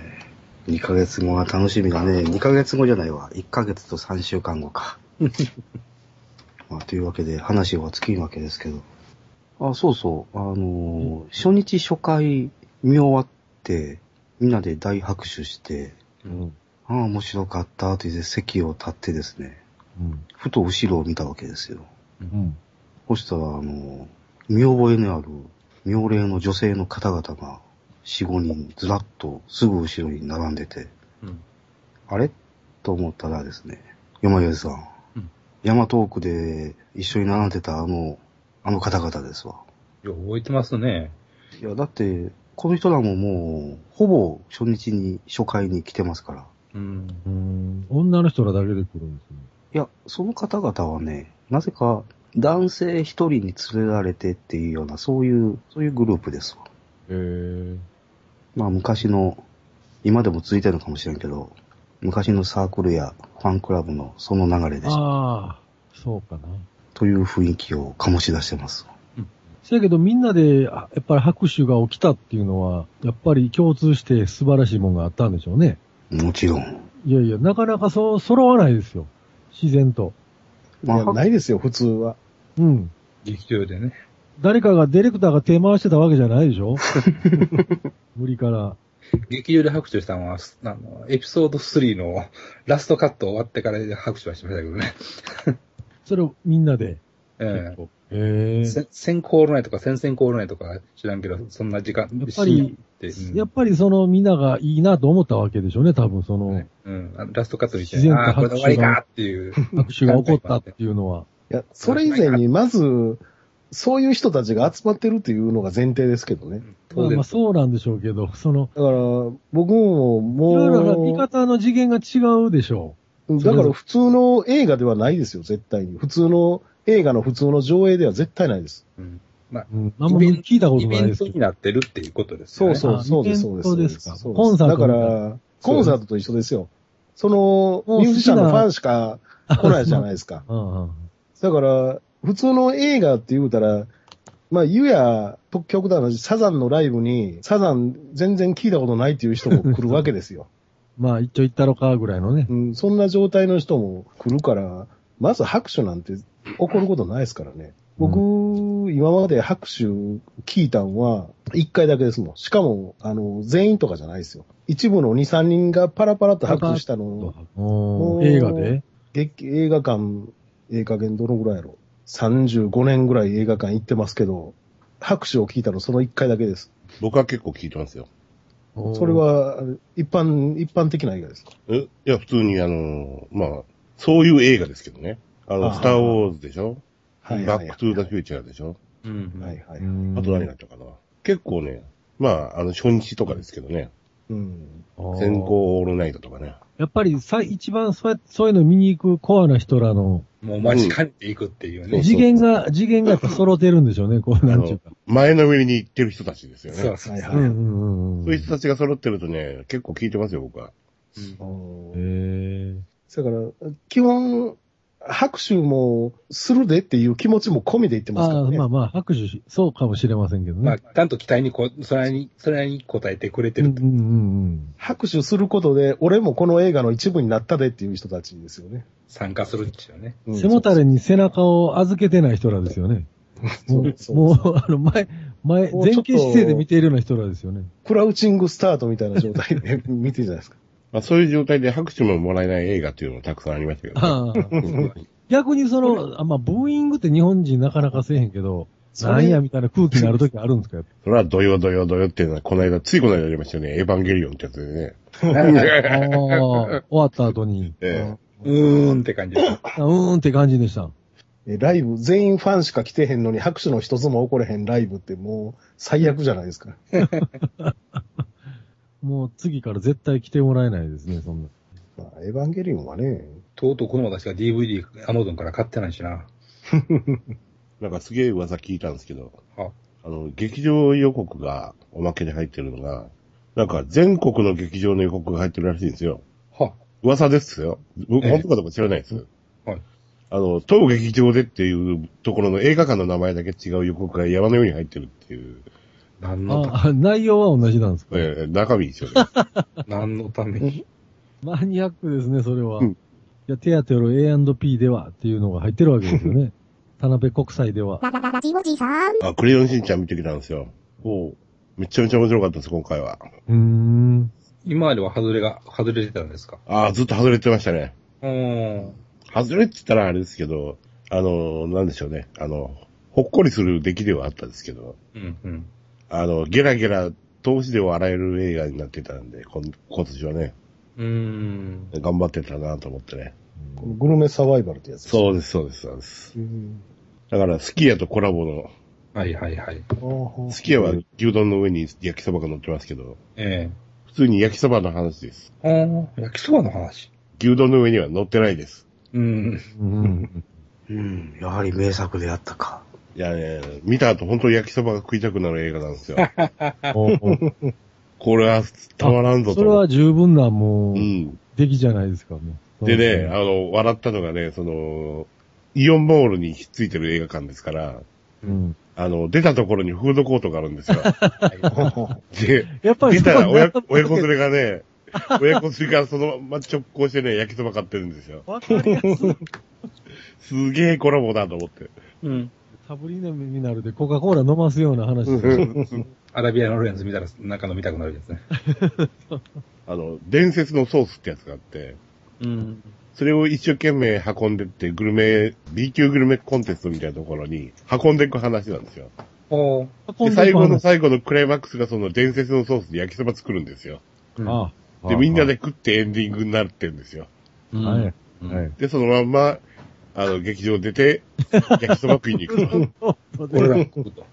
Speaker 1: 2ヶ月後が楽しみだ ね。2ヶ月後じゃないわ。1ヶ月と3週間後か。まあ、というわけで話は尽きるわけですけど。あ、そうそう。あのー初日初回見終わって、みんなで大拍手して、
Speaker 2: うん。
Speaker 1: ああ、面白かったと言って席を立ってですね、
Speaker 2: うん。
Speaker 1: ふと後ろを見たわけですよ。
Speaker 2: うん。
Speaker 1: そしたら、あの、見覚えのある、妙齢の女性の方々が、四五人ずらっとすぐ後ろに並んでて、
Speaker 6: うん
Speaker 1: あれと思ったらですね、山よさん、
Speaker 3: うん
Speaker 1: ヤマトークで一緒に並んでたあの、あの方々ですわ。
Speaker 6: よう覚えてますね。
Speaker 1: いや、だって、この人らももう、ほぼ初日に、初回に来てますから。
Speaker 6: うん。
Speaker 2: うん。女の人らだけで来るんですね。
Speaker 1: いや、その方々はね、なぜか男性一人に連れられてっていうような、そういう、そういうグループですわ。
Speaker 2: へえ。
Speaker 1: まあ昔の、今でも続いてるのかもしれんけど、昔のサークルやファンクラブのその流れでした。
Speaker 2: ああ、そうかな。
Speaker 1: という雰囲気を醸し出してます。
Speaker 2: せやけどみんなで、あやっぱり拍手が起きたっていうのは、やっぱり共通して素晴らしいもんがあったんでしょうね。
Speaker 1: もちろん。
Speaker 2: いやいや、なかなかそう、揃わないですよ。自然と。
Speaker 1: まあ
Speaker 5: いやないですよ、普通は。
Speaker 2: うん。
Speaker 6: 劇場でね。
Speaker 2: 誰かが、ディレクターが手回してたわけじゃないでし ょ無理から。
Speaker 6: 劇場で拍手したのは、すあの、エピソード3の ラストカット終わってから拍手はしましたけどね。
Speaker 2: それをみんなで。
Speaker 6: え
Speaker 2: へ
Speaker 6: え
Speaker 2: え。
Speaker 6: せ先行のないとか先々行のないとか知らんけど、そんな時間、
Speaker 2: やっぱり
Speaker 6: 深夜って、うん
Speaker 2: やっぱりそのみんながいいなと思ったわけでしょうね、多分その
Speaker 6: うん、あラストカットみたい
Speaker 2: 自然と
Speaker 6: な、ああー、これで終わりかっ ていう。
Speaker 2: 拍手が起こったっていうのは。
Speaker 5: いや、それ以前に、まず、そういう人たちが集まってるっていうのが前提ですけどね。
Speaker 2: ま
Speaker 6: 当
Speaker 2: あま
Speaker 6: 然
Speaker 2: あ、そうなんでしょうけど、その、
Speaker 5: だから、僕も
Speaker 2: いろいろな
Speaker 5: も
Speaker 2: 見
Speaker 5: う、
Speaker 2: 方の次元が違うでしょ
Speaker 5: だから普通の映画ではないですよ、絶対に。普通の、映画の普通の上映では絶対ないです。
Speaker 2: う。うん。あんまり聞いたこと
Speaker 6: イベ
Speaker 2: ない
Speaker 6: ン
Speaker 2: です
Speaker 6: ト
Speaker 2: け
Speaker 6: に
Speaker 2: ど。
Speaker 6: なってるっていうことですよ
Speaker 5: そう
Speaker 6: ね。
Speaker 5: そ
Speaker 2: あ
Speaker 5: う、そうです、
Speaker 2: イ
Speaker 5: そう
Speaker 2: ベント
Speaker 5: です。
Speaker 2: ですか
Speaker 5: そうです
Speaker 2: コンサート
Speaker 5: だから、コンサートと一緒ですよ。その、
Speaker 2: もう好きな
Speaker 5: ミュージシャンのファンしか来ないじゃないですか。
Speaker 2: うんうん。
Speaker 5: だから、普通の映画って言うたら、まあ、ゆや、特極だな話、サザンのライブに、サザン全然聞いたことないっていう人も来るわけです よ。
Speaker 2: まあ、一丁行ったろか、ぐらいのね。
Speaker 5: うん、そんな状態の人も来るから、まず拍手なんて起こることないですからね。僕、今まで拍手聞いたんは、一回だけですもん。しかも、あの、全員とかじゃないですよ。一部の2、3人がパラパラと拍手したのを、
Speaker 2: お
Speaker 5: も
Speaker 2: ー
Speaker 5: う
Speaker 2: 映画で
Speaker 5: 劇映画館、ええ加減どのぐらいやろ ?35 年ぐらい映画館行ってますけど、拍手を聞いたのその一回だけです。
Speaker 4: 僕は結構聞いてますよ。
Speaker 5: それ、は、あの一般、一般的な映画ですか
Speaker 4: えいや、普通にあの、まあ、そういう映画ですけどね。あの、
Speaker 5: あー
Speaker 4: スターウォーズでしょ
Speaker 5: はい
Speaker 4: バ
Speaker 5: はい
Speaker 4: ック
Speaker 5: は
Speaker 4: トゥーザフューチャーでしょ
Speaker 6: う
Speaker 5: い。
Speaker 6: ん。
Speaker 5: はいはい
Speaker 4: あと何があったかな結構ね、まあ、あの、初日とかですけどね。
Speaker 5: うん。
Speaker 4: 先
Speaker 2: 行。
Speaker 4: 行オールナイトとかね。
Speaker 2: やっぱりさ、一番そうやそういうの見に行くコアな人らの、
Speaker 6: もう間近に行くっていう
Speaker 4: そう
Speaker 6: ね。
Speaker 4: そう
Speaker 2: 次元が、次元がやっぱ揃ってるんでしょうね、こう、なんちゅうか。
Speaker 4: 前のめりに行ってる人たちですよね。
Speaker 6: そうそう
Speaker 5: はい
Speaker 6: そう。
Speaker 2: うんう
Speaker 5: は
Speaker 2: んうん。
Speaker 4: そういう人たちが揃ってるとね、結構聞いてますよ、僕は。
Speaker 6: う
Speaker 2: へ
Speaker 6: ん
Speaker 5: い。だから、基本、拍手もするでっていう気持ちも込みで言って
Speaker 2: ー
Speaker 5: ますから
Speaker 2: ああ、
Speaker 5: ね。
Speaker 2: まあまあ、拍手し、そうかもしれませんけどね。
Speaker 6: まあ、ちゃんと期待にこ、それなりに、それなりに応えてくれて
Speaker 2: うん
Speaker 6: る
Speaker 2: う。んうん
Speaker 5: 拍手することで、俺もこの映画の一部になったでっていう人たちですよね。
Speaker 6: 参加するんですよね。
Speaker 2: うん。背もたれ
Speaker 5: に。
Speaker 2: に背中を預けてない人らですよね。
Speaker 5: そ
Speaker 2: も
Speaker 5: う
Speaker 2: う
Speaker 5: そう
Speaker 2: もう、あの、前、前、
Speaker 5: もう
Speaker 2: 前
Speaker 5: ちょっと
Speaker 2: 傾姿勢で見ているような人らですよね。
Speaker 5: クラウチングスタートみたいな状態で見てるじゃないですか。
Speaker 4: まあ、そういう状態で拍手ももらえない映画っていうのもたくさんありましたけど、ね。
Speaker 2: ああ。逆にその、あまあ、ブーイングって日本人なかなかせえへんけど、
Speaker 5: それ
Speaker 2: なんやみたいな空気になるときあるんですかやっぱ
Speaker 4: それはドヨドヨドヨっていうのは、この間、ついこの間やりましたよね。エヴァンゲリオンってやつでね。
Speaker 2: りああ、終わった後に、
Speaker 4: え
Speaker 6: うーんって感じです。
Speaker 2: あうーんって感じでした。
Speaker 5: えライブ、全員ファンしか来てへんのに拍手の一つも起これへんライブってもう最悪じゃないですか。
Speaker 2: もう次から絶対来てもらえないですね、そんな。
Speaker 5: まあ、エヴァンゲリオンはね、
Speaker 6: とうとうこの私が DVD、アマゾンから買ってないしな。
Speaker 4: なんかすげえ噂聞いたんですけど、
Speaker 6: あ、
Speaker 4: あの、劇場予告がおまけに入ってるのが、なんか全国の劇場の予告が入ってるらしいんですよ。
Speaker 6: は、
Speaker 4: 噂ですよ。僕
Speaker 6: ええ
Speaker 4: 本当かどうか知らないです。
Speaker 6: はい。
Speaker 4: あの、当劇場でっていうところの映画館の名前だけ違う予告が山のように入ってるっていう、
Speaker 6: 何のた、
Speaker 2: ああ内容は同じなんですか、
Speaker 4: ええ中身一緒です。
Speaker 6: 何のために。
Speaker 2: マニアックですね、それは。
Speaker 4: うん
Speaker 2: いや、テアテロ A&P ではっていうのが入ってるわけですよね。田辺国際では。
Speaker 7: ララララジオジさん。
Speaker 4: あ、クレヨンしんちゃん見てきたんですよ。おうめちゃめちゃ面白かったです、今回は。
Speaker 2: うーん。
Speaker 6: 今までは外れが、外れてたんですか
Speaker 4: ああ、ずっと外れてましたね。
Speaker 6: うーん。
Speaker 4: 外れって言ったらあれですけど、あの、なんでしょうね。あの、ほっこりする出来ではあったんですけど、
Speaker 6: うん、うん。
Speaker 4: あの、ゲラゲラ、投資で笑える映画になってたんで、こん今年はね、
Speaker 6: うーん。
Speaker 4: 頑張ってたなと思ってね。
Speaker 5: このグルメサバイバルってやつ。う。
Speaker 4: そうです、そうです、そうです。
Speaker 5: うん、
Speaker 4: だから、スキヤとコラボの、
Speaker 6: はいはいはい。
Speaker 5: あー
Speaker 4: スキヤは牛丼の上に焼きそばが乗ってますけど、
Speaker 6: え
Speaker 4: 普通に焼きそばの話です。
Speaker 6: えああ、焼きそばの話。
Speaker 4: 牛丼の上には乗ってないです。
Speaker 6: うん。
Speaker 2: うん。
Speaker 1: うん、やはり名作であったか。
Speaker 4: いやね、見た後本当に焼きそばが食いたくなる映画なん ですよ。
Speaker 2: おうおう
Speaker 4: これはたまらんぞと。
Speaker 2: それは十分な、もう
Speaker 4: う、ん。
Speaker 2: 出来じゃないですか、もう。
Speaker 4: でね、あの、笑ったのがね、その、イオンモールにひっついてる映画館ですから、
Speaker 2: うん。
Speaker 4: あの、出たところにフードコートがあるんですよ。で、
Speaker 2: やっぱり
Speaker 4: 出
Speaker 2: そ
Speaker 4: た
Speaker 2: う
Speaker 4: ら親
Speaker 2: な
Speaker 4: 親子連れがね、親子連れがそのまま直行してね、焼きそば買ってるんですよ。
Speaker 2: わかりやすい。
Speaker 4: すげえコラボだと思って。
Speaker 6: うん。
Speaker 2: サブリナミナルでコカ・コーラ飲ますような話。
Speaker 6: アラビアのロレンズ見たら、なんか飲みたくなるやつね。
Speaker 4: あの、伝説のソースってやつがあって、
Speaker 6: うん。
Speaker 4: それを一生懸命運んでって、グルメ、B 級グルメコンテストみたいなところに運んでいく話なんですよ。
Speaker 6: おー。
Speaker 4: で、最後の最後のクライマックスがその伝説のソースで焼きそば作るんですよ。
Speaker 6: うん
Speaker 2: ああ
Speaker 4: で、みんなで食ってエンディングになってるんですよ。
Speaker 6: う
Speaker 2: は
Speaker 6: ん
Speaker 2: い。はい。
Speaker 4: で、そのまんま、あの、劇場出 て、焼きそば食いに行くと。
Speaker 6: 俺ら食うと。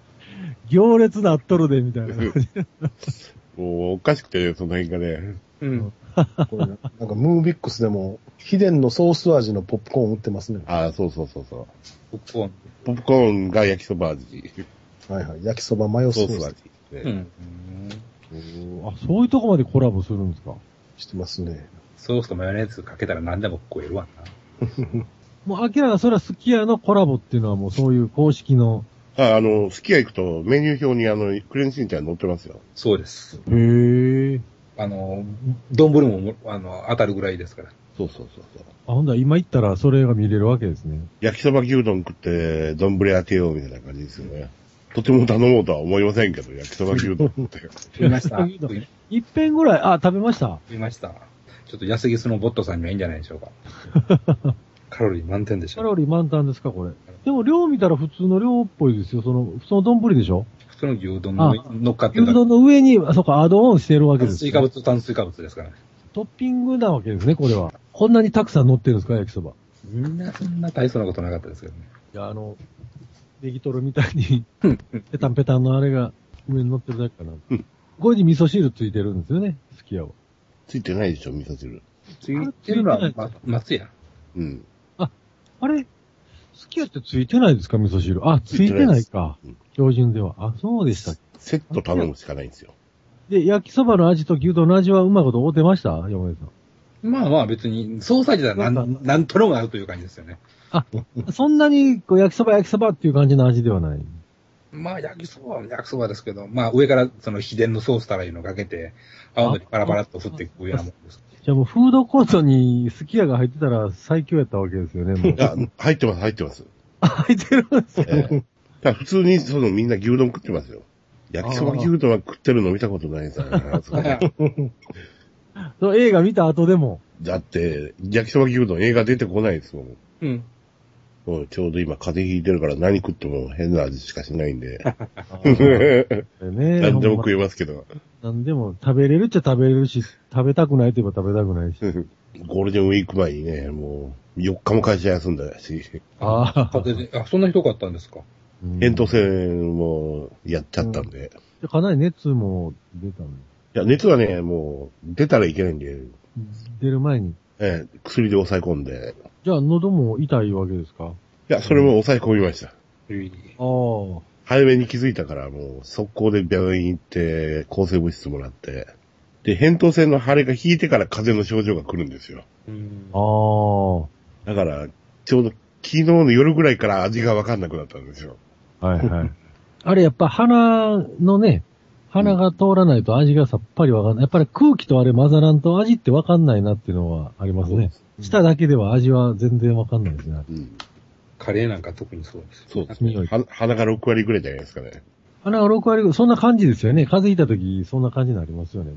Speaker 2: 行列なっとるで、みたいな。
Speaker 4: もう、おかしくてね、その辺がね。
Speaker 6: うん。
Speaker 5: これななんかムービックスでも、秘伝のソース味のポップコーン売ってますね。
Speaker 4: ああ、そうそうそうそ
Speaker 6: ポ
Speaker 4: う。
Speaker 6: ップコーン。
Speaker 4: ポップコーンが焼きそば味、
Speaker 5: はいはい。焼きそばマヨソ
Speaker 4: ソ
Speaker 5: ー
Speaker 4: ース
Speaker 5: ス
Speaker 4: 味
Speaker 5: 味。
Speaker 6: う
Speaker 4: ね。
Speaker 6: ん。
Speaker 2: あ、そういうとこまでコラボするんですか
Speaker 5: してますね。
Speaker 6: ソースとマヨネーズかけたら何でも食えるわな。
Speaker 2: もう、明らかそれはスキヤのコラボっていうのはもうそういう公式の。
Speaker 4: ああの、すき家行くと、メニュー表にあの、クレヨンしんちゃん載ってますよ。
Speaker 6: そうです。
Speaker 2: へえ。
Speaker 6: あの、丼もも、あの、当たるぐらいですから。
Speaker 4: そうそうそうそう。
Speaker 2: あ、ほんだら今行ったらそれが見れるわけですね。
Speaker 4: 焼きそば牛丼食って、丼当てようみたいな感じですよね。とても頼もうとは思いませんけど、焼きそば牛丼って。
Speaker 6: 食いま した。
Speaker 2: いいの
Speaker 6: 食い
Speaker 2: 一遍ぐらい、あ、食べました。
Speaker 6: 食いました。ちょっと安ギスのボットさんにはいいんじゃないでしょう か。カロリー満点でし
Speaker 2: カ
Speaker 6: ょ。
Speaker 2: ロリー満タンですか、これ。でも量見たら普通の量っぽいですよ。その、普通の丼でしょ
Speaker 6: 普通の牛丼の
Speaker 2: あ
Speaker 6: 乗っかって
Speaker 2: 牛
Speaker 6: るだ
Speaker 2: 丼の上に、あそうか、アドオンしてるわけ
Speaker 6: け。
Speaker 2: で
Speaker 6: 炭
Speaker 2: すね、
Speaker 6: 水化物、炭水化物ですからね。
Speaker 2: トッピングなわけですね、これは。こんなにたくさん乗ってるんですか、焼きそば。
Speaker 6: みんなそんな大層なことなかったですけどね。
Speaker 2: いや、あの、ネギトロみたいに、ペタンペタンのあれが上に乗ってるだけかな
Speaker 4: うん。
Speaker 2: これに味噌汁ついてるんですよね、すき家は。
Speaker 4: ついてないでしょ、味噌汁。
Speaker 6: ついてるのは、ま、松屋。
Speaker 4: うん。
Speaker 2: あれすき家ってついてないですか、味噌汁。あ、ついてないか
Speaker 4: ついてないで。
Speaker 2: 標準では。あ、そうでしたっ
Speaker 4: セット頼むしかないんですよ。。
Speaker 2: け。で、焼きそばの味と牛丼の味はうまいこと合うてました山根さん。
Speaker 6: まあまあ別に、ソーサージはな、
Speaker 2: なんん
Speaker 6: なんとでもなるという感じですよね。
Speaker 2: そんなに、こう、焼きそば焼きそばっていう感じの味ではない。
Speaker 6: まあ焼きそばは焼きそばですけど、まあ上からその秘伝のソースたらいうのをかけて、青のりパラパラっと振っていくようなもんです。
Speaker 2: じゃあもう、フードコートにすき家が入ってたら最強やったわけですよね、もう
Speaker 4: あ、入ってます、入ってます。
Speaker 2: 入ってるんですよ。
Speaker 4: ええだから普通にそのみんな牛丼食ってますよ。焼きそば牛丼は食ってるの見たことないですからねそれ
Speaker 2: その映画見た後でも。
Speaker 4: だって、焼きそば牛丼映画出てこないですもん。
Speaker 6: うん。
Speaker 4: もうちょうど今風邪ひいてるから何食っても変な味しかしないんで。
Speaker 2: ね
Speaker 4: 何でも食えますけど。
Speaker 2: 何でも食べれるっちゃ食べれるし、食べたくないといえば食べたくないし。
Speaker 4: ゴールデンウィーク前にね、もう4日も会社休んだし、
Speaker 2: ああ。
Speaker 6: 風で、あ、そんなひどかったんですか。
Speaker 4: 扁桃腺もやっちゃったんで。い
Speaker 2: うんかなり熱も出たの。
Speaker 4: や、熱はね、もう出たらいけないんで、
Speaker 2: 出る前に。
Speaker 4: えええ薬で抑え込んで。
Speaker 2: じゃあ、喉も痛いわけですか
Speaker 4: いや、それも抑え込みました。
Speaker 2: ああ。
Speaker 4: 早めに気づいたから、もう、速攻で病院行って、抗生物質もらって。で、扁桃腺の腫れが引いてから風邪の症状が来るんですよ。
Speaker 6: うん
Speaker 2: ああ。
Speaker 4: だから、ちょうど昨日の夜ぐらいから味がわかんなくなったんですよ。
Speaker 2: はいはい。 あれやっぱ鼻のね、鼻が通らないと味がさっぱりわかんない。やっぱり空気とあれ混ざらんと味ってわかんないなっていうのはありますね。舌だけでは味は全然わかんないですね。
Speaker 4: うん。
Speaker 6: カレーなんか特にそうです。
Speaker 4: そうですね。
Speaker 2: 匂い。
Speaker 4: は鼻が6割ぐらいじゃないですかね。
Speaker 2: 鼻が6割ぐらい、そんな感じですよね。風邪ひいた時、そんな感じになりますよね。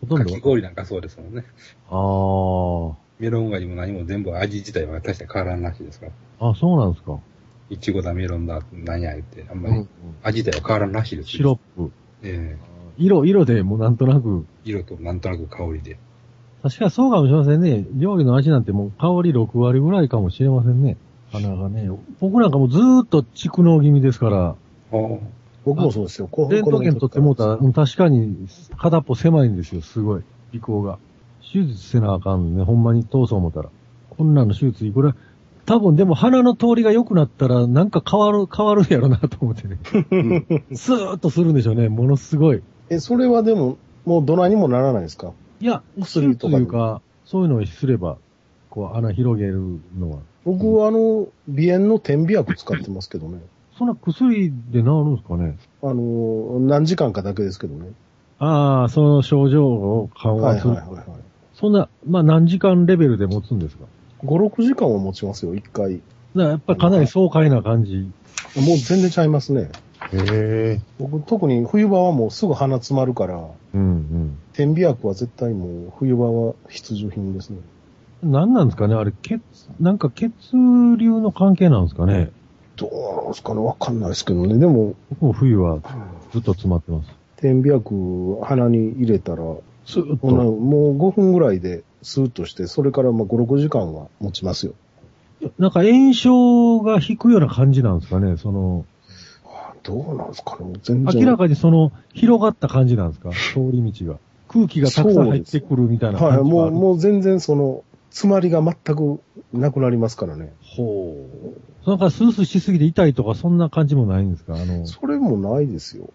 Speaker 2: ほとん
Speaker 6: か
Speaker 2: ど
Speaker 6: き氷なんかそうですもんね。
Speaker 2: わかん
Speaker 6: メロンガにも何も全部味自体は大して変わらんらしいですから。
Speaker 2: ああ。あ、そうなんですか。
Speaker 6: いちごだメロンだ、何や言って、あんま
Speaker 2: う
Speaker 6: り
Speaker 2: ん
Speaker 6: 味自体は変わらんらしいです
Speaker 2: シロ
Speaker 6: よ。
Speaker 2: ップ。
Speaker 6: ええ
Speaker 2: 色、色でもうなんとなく。
Speaker 6: 色となんとなく香りで。
Speaker 2: 確かにそうかもしれませんね。料理の味なんてもう香り6割ぐらいかもしれませんね。鼻がね。僕なんかもうずーっと蓄能気味ですから、
Speaker 6: お
Speaker 5: 僕もそうですよ。こ
Speaker 2: レントゲン取ってもうたら、うん確かに片っぽ狭いんですよ、すごい。鼻孔が。手術せなあかんね、ほんまに通そう思ったら。こんなの手術いくら、多分でも鼻の通りが良くなったらなんか変わる、変わるんやろなと思 ってね。スーッとするんでしょうね、ものすごい。
Speaker 5: え、それはでも、もうどないにもならないですか
Speaker 2: いや、
Speaker 5: 薬と
Speaker 2: と
Speaker 5: か
Speaker 2: い
Speaker 5: で
Speaker 2: うか、そういうのをすれば、こう穴広げるのは。
Speaker 5: 僕はあの、鼻炎の点鼻薬使ってますけどね。
Speaker 2: そんな薬で治るんですかね
Speaker 5: あのー、何時間かだけですけどね。
Speaker 2: ああ、その症状を緩
Speaker 5: は
Speaker 2: 和
Speaker 5: い
Speaker 2: する。
Speaker 5: はいはいはい。
Speaker 2: そんな、まあ何時間レベルで持つんですか
Speaker 5: 5、6時間は持ちますよ、1回。
Speaker 2: だからやっぱりかなり爽快な感じ。
Speaker 5: もう全然ちゃいますね。
Speaker 4: へえ。
Speaker 5: 僕特に冬場はもうすぐ鼻詰まるから、
Speaker 2: うん
Speaker 5: 点鼻薬は絶対もう冬場は必需品ですね。
Speaker 2: うん。何なんですかねあれ、血、なんか血流の関係なんですかね
Speaker 5: どうなんですかねわかんないですけどね。でも、
Speaker 2: 僕も冬はずっと詰まってます。
Speaker 5: 点鼻薬鼻に入れたら、
Speaker 2: ずーっ
Speaker 5: こんな
Speaker 2: と。
Speaker 5: もう5分ぐらいでスーッとして、それからまあ5、6時間は持ちますよ。
Speaker 2: なんか炎症が引くような感じなんですかねその、
Speaker 5: どうなんですかね全然。
Speaker 2: 明らかにその、広がった感じなんですか通り道が。空気がたくさん入ってくるみたいな感
Speaker 5: はい、
Speaker 2: じが
Speaker 5: も
Speaker 2: あ
Speaker 5: う、
Speaker 2: る。
Speaker 5: もう全然その、詰まりが全くなくなりますからね。
Speaker 2: ほう。なんかスースーしすぎて痛いとかそんな感じもないんですかあの、
Speaker 5: それもないですよ。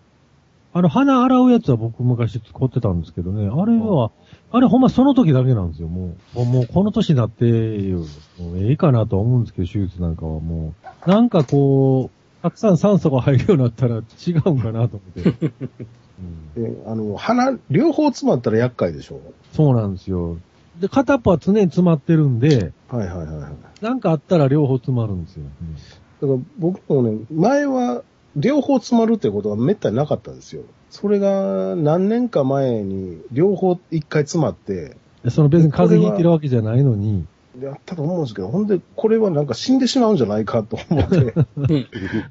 Speaker 2: あの、鼻洗うやつは僕昔使ってたんですけどね。あれは、あれほんまその時だけなんですよ、もう。もうもうこの年になって、もうええかなとは思うんですけど、手術なんかはもう。なんかこう、たくさん酸素が入るようになったら違うんかなと思って。 うん
Speaker 5: で、あの、鼻、両方詰まったら厄介でしょ
Speaker 2: そうなんですよ。で、片っぽは常に詰まってるんで、
Speaker 5: はいはいはいはい。だか
Speaker 2: なんかあったら両方詰まるんですよ。うん
Speaker 5: ら僕もね、前は、両方詰まるってことはめったになかったんですよ。それが何年か前に両方一回詰まって、
Speaker 2: でその別に風邪ひいてるわけじゃないのに、
Speaker 5: やったと思うんですけど、ほんで、これはなんか死んでしまうんじゃないかと思 って、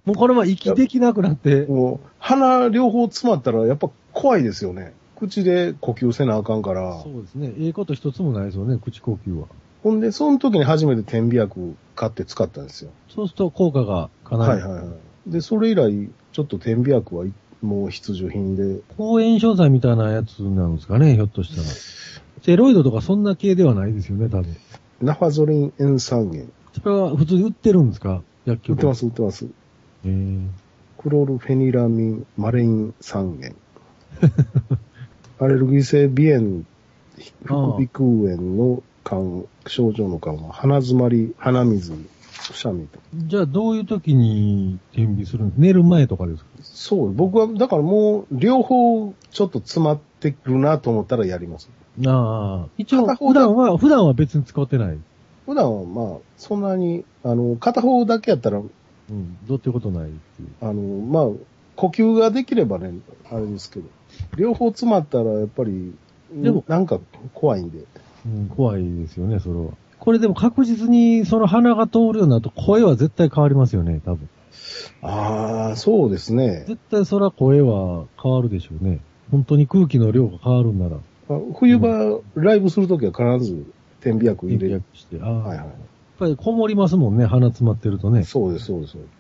Speaker 2: もうこれは息できなくなって、
Speaker 5: もう鼻両方詰まったらやっぱ怖いですよね。口で呼吸せなあかんから。
Speaker 2: そうですね。ええこと一つもないですよね、口呼吸は。
Speaker 5: ほんで、その時に初めて点鼻薬買って使ったんですよ。
Speaker 2: そうすると効果がかな
Speaker 5: はい
Speaker 2: り。
Speaker 5: はいはい。で、それ以来、ちょっと点鼻薬はいもう必需品で、
Speaker 2: 抗炎症剤みたいなやつなんですかね、ひょっとしたら。ステロイドとかそんな系ではないですよね、多分。
Speaker 5: ナファゾリン塩酸塩。
Speaker 2: それは普通に売ってるんですか薬
Speaker 5: 売
Speaker 2: 局。。
Speaker 5: ってますす、売ってます。
Speaker 2: えー、
Speaker 5: クロルフェニラミン、マレイン酸 塩。アレルギー性鼻炎、副鼻腔炎の緩症状の緩和、鼻詰まり、鼻水、くしゃみと。
Speaker 2: じゃあどういう時に点鼻するんです寝る前とかですか
Speaker 5: そう、僕は、だからもう、両方、ちょっと詰まってくるなと思ったらやります。
Speaker 2: ああ。一応、
Speaker 5: 片
Speaker 2: 普
Speaker 5: 方だ
Speaker 2: 段は、普段は別に使ってない。
Speaker 5: 普段はまあ、そんなに、あの、片方だけやったら、
Speaker 2: うん。どうってことないっていう。
Speaker 5: あの、まあ、呼吸ができればね、あれですけど、両方詰まったらやっぱり、
Speaker 2: でも
Speaker 5: なんか怖いんで。
Speaker 2: うん、怖いですよね、それは。これでも確実にその鼻が通るようになると声は絶対変わりますよね、多分。
Speaker 5: ああ、そうですね。
Speaker 2: 絶対それは声は変わるでしょうね。本当に空気の量が変わるんなら。
Speaker 5: あ冬場、ライブするときは必ず、点鼻薬入れ
Speaker 2: 略
Speaker 5: る。
Speaker 2: して。ああ、
Speaker 5: はい
Speaker 2: やっ
Speaker 5: は
Speaker 2: ぱりこもりますもんね、鼻詰まってると
Speaker 5: い。
Speaker 2: ね。
Speaker 5: そうです、そうです。そうです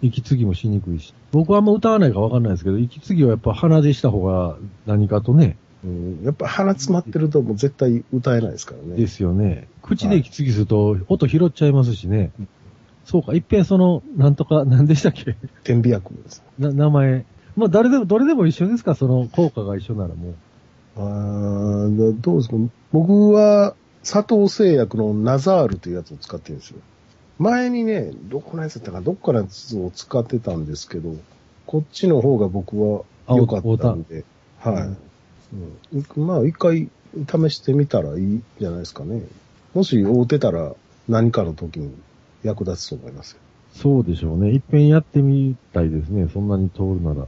Speaker 2: 息継ぎもしにくいし。僕はあんま歌わないからわかんないですけど、息継ぎはやっぱ鼻でした方が何かとね、
Speaker 5: うん、やっぱ鼻詰まってるともう絶対歌えないですから
Speaker 2: で
Speaker 5: ね。
Speaker 2: すよね。口で息継ぎすると音拾っちゃいますしね。そうか、いっぺんその、なんとか、なんでしたっけ
Speaker 5: 天秤薬です。
Speaker 2: な名前。まあ、誰でも、どれでも一緒ですかその効果が一緒ならもう。
Speaker 5: あーどうですか僕は佐藤製薬のナザールというやつを使ってるんですよ。前にね、どこのやつだったかなどっかのやつを使ってたんですけど、こっちの方が僕は良かったんで、
Speaker 2: う
Speaker 5: はい。うん、まあ、一回試してみたらいいんじゃないですかね。もし会うてたら何かの時に役立つと思いますよ。
Speaker 2: そうでしょうね。いっぺんやってみたいですね。そんなに通るなら。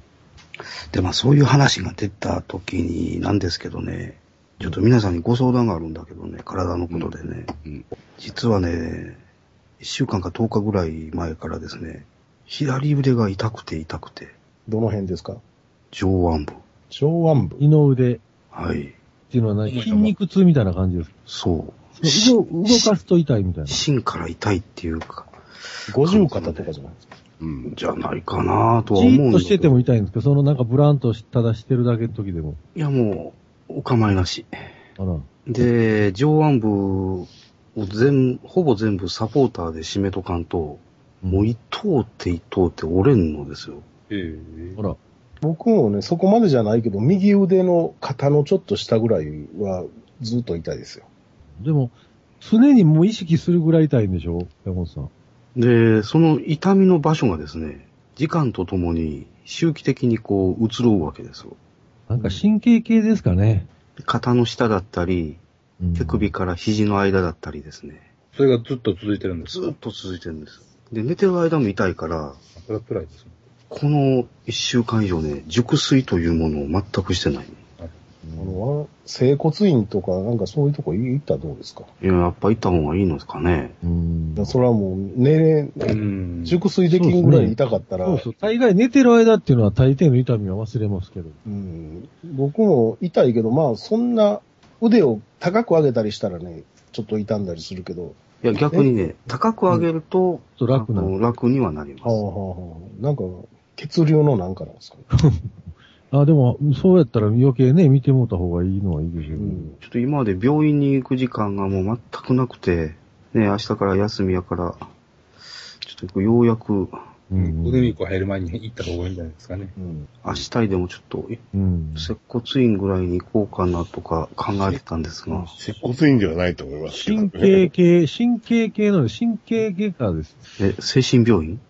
Speaker 1: で、まあそういう話が出た時になんですけどね、ちょっと皆さんにご相談があるんだけどね、体のことでね。
Speaker 4: うん
Speaker 1: 実はね、1週間か10日ぐらい前からですね、左腕が痛くて痛くて、
Speaker 5: どの辺ですか
Speaker 1: 上腕部。
Speaker 5: 上腕部。
Speaker 2: 二の腕っ
Speaker 1: はい。
Speaker 2: ていうのは何筋肉痛みたいな感じですか
Speaker 1: そ。
Speaker 2: その動動かすと痛いみたいうな。
Speaker 1: 芯から痛いっていうか、
Speaker 5: 五十肩とかじゃないですか。
Speaker 4: うん。
Speaker 1: じゃないかなとは思う
Speaker 2: じ
Speaker 1: んだけど。
Speaker 2: ーっとしてても痛いんですけど、そのなんかブランとしただしてるだけの時でも。
Speaker 1: いやもう、お構いなし。
Speaker 2: あら。
Speaker 1: で、上腕部を全、ほぼ全部サポーターで締めとかんと、もう一等って一等って折れんのですよ。
Speaker 6: ええ
Speaker 2: ほら。
Speaker 5: 僕もね、そこまでじゃないけど、右腕の肩のちょっと下ぐらいはずっと痛いですよ。
Speaker 2: でも、常にもう意識するぐらい痛いんでしょ山本さん。
Speaker 1: で、その痛みの場所がですね、時間とともに周期的にこう移ろうわけですよ。
Speaker 2: なんか神経系ですかね。
Speaker 1: 肩の下だったり、
Speaker 2: うん
Speaker 1: 手首から肘の間だったりですね。
Speaker 6: それがずっと続いてるんです
Speaker 1: ず
Speaker 6: か
Speaker 1: っと続いてるんです。で、寝てる間も痛いから、
Speaker 6: それは辛いですね。
Speaker 1: この一週間以上ね、熟睡というものを全くしてない。
Speaker 5: あの、整骨院とかなんかそういうとこ行ったらどうですか
Speaker 1: いや、やっぱ行った方がいいのですかね。
Speaker 2: うん。
Speaker 5: それはもう、ね、
Speaker 6: うん。
Speaker 5: 熟睡できんぐらい痛かったら、
Speaker 2: そうそう。大概寝てる間っていうのは大抵の痛みは忘れますけど。
Speaker 5: うん僕も痛いけど、まあそんな腕を高く上げたりしたらね、ちょっと痛んだりするけど、
Speaker 1: いや、逆にね、高く上げると、
Speaker 2: ちょっと楽な
Speaker 1: あ。の楽にはなります。
Speaker 5: なんか血流のなんかなんですかね。
Speaker 2: あ、でも、そうやったら余計ね、見てもうた方がいいのはいいですよ
Speaker 5: う
Speaker 2: ね。
Speaker 5: ん
Speaker 1: ちょっと今まで病院に行く時間がもう全くなくて、ね、明日から休みやから、ちょっとようやく、
Speaker 2: うん。
Speaker 6: ゴールデンウィーク入る前に行った方がいいんじゃないですかね。
Speaker 5: うん
Speaker 1: 明日にでもちょっと、
Speaker 2: うん。
Speaker 1: 接骨院ぐらいに行こうかなとか考えてたんですが、
Speaker 4: 接骨院ではないと思いますけど
Speaker 2: 神
Speaker 4: ね
Speaker 2: 経系、神経系の神経外科です。
Speaker 1: え、精神病院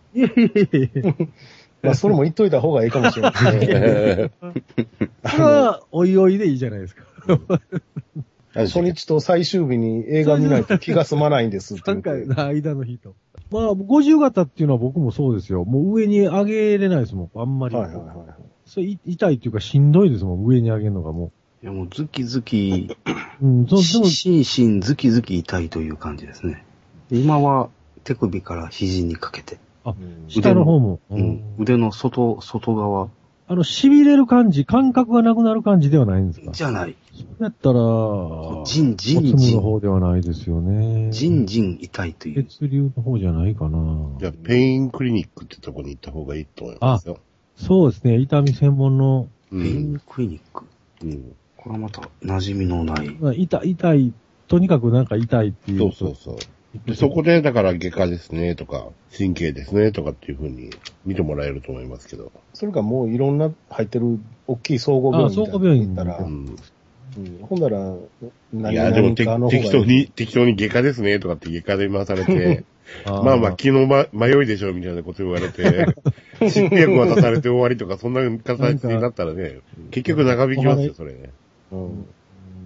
Speaker 5: まあそれも言っといた方がいいかもしれないですね。
Speaker 2: これは、おいおいでいいじゃないですか。
Speaker 4: 何でした
Speaker 5: 初
Speaker 4: っけ
Speaker 5: 日と最終日に映画見ないと気が済まないんですって言
Speaker 2: 3 回
Speaker 5: って
Speaker 2: の間の日と。まあ、50型っていうのは僕もそうですよ。もう上に上げれないですもん、あんまり。
Speaker 5: はいはいはい。
Speaker 2: それい痛いっていうかしんどいですもん、上に上げるのがも
Speaker 1: いや、もうズキズキ、
Speaker 2: う。うん、そう、でも、
Speaker 1: 心身ズキズキ痛いという感じですね。で今は手首から肘にかけて、
Speaker 2: 下の方も。
Speaker 1: うん
Speaker 2: うん
Speaker 1: 腕の外、外側
Speaker 2: あの、痺れる感じ、感覚がなくなる感じではないんですか
Speaker 1: じゃない。
Speaker 2: そうやったら、
Speaker 1: ジンジ
Speaker 2: 骨
Speaker 1: ン
Speaker 2: 部
Speaker 1: ジ
Speaker 2: の
Speaker 1: ン、
Speaker 2: 方ではないですよね。
Speaker 1: ジンジン痛いという。
Speaker 2: 血流の方じゃないかな。
Speaker 4: じゃあ、ペインクリニックってとこに行った方がいいと思いますよ。
Speaker 2: そうですね、痛み専門の、
Speaker 4: う
Speaker 1: ペイン
Speaker 4: ん。
Speaker 1: クリニック。
Speaker 4: うん。
Speaker 1: これはまた馴染みのない。
Speaker 2: まあ痛い、痛い、とにかくなんか痛いっていう。
Speaker 4: そうそうそう。でそこで、だから外科ですねとか、神経ですねとかっていうふうに見てもらえると思いますけど。
Speaker 5: それかもういろんな入ってる大きい総合病院みたいな
Speaker 2: あ
Speaker 5: とこ行ったら、
Speaker 4: う。
Speaker 5: うんんほんなら、
Speaker 4: いや、でもて
Speaker 5: 何々科の方が
Speaker 4: 適当に、適当に外科ですねとかって外科で回されて、
Speaker 2: あー
Speaker 4: まあまあ、気のま迷いでしょうみたいなこと言われて、新薬渡されて終わりとか、そんな形になったらね、結局長引きますよ、それね。
Speaker 5: うん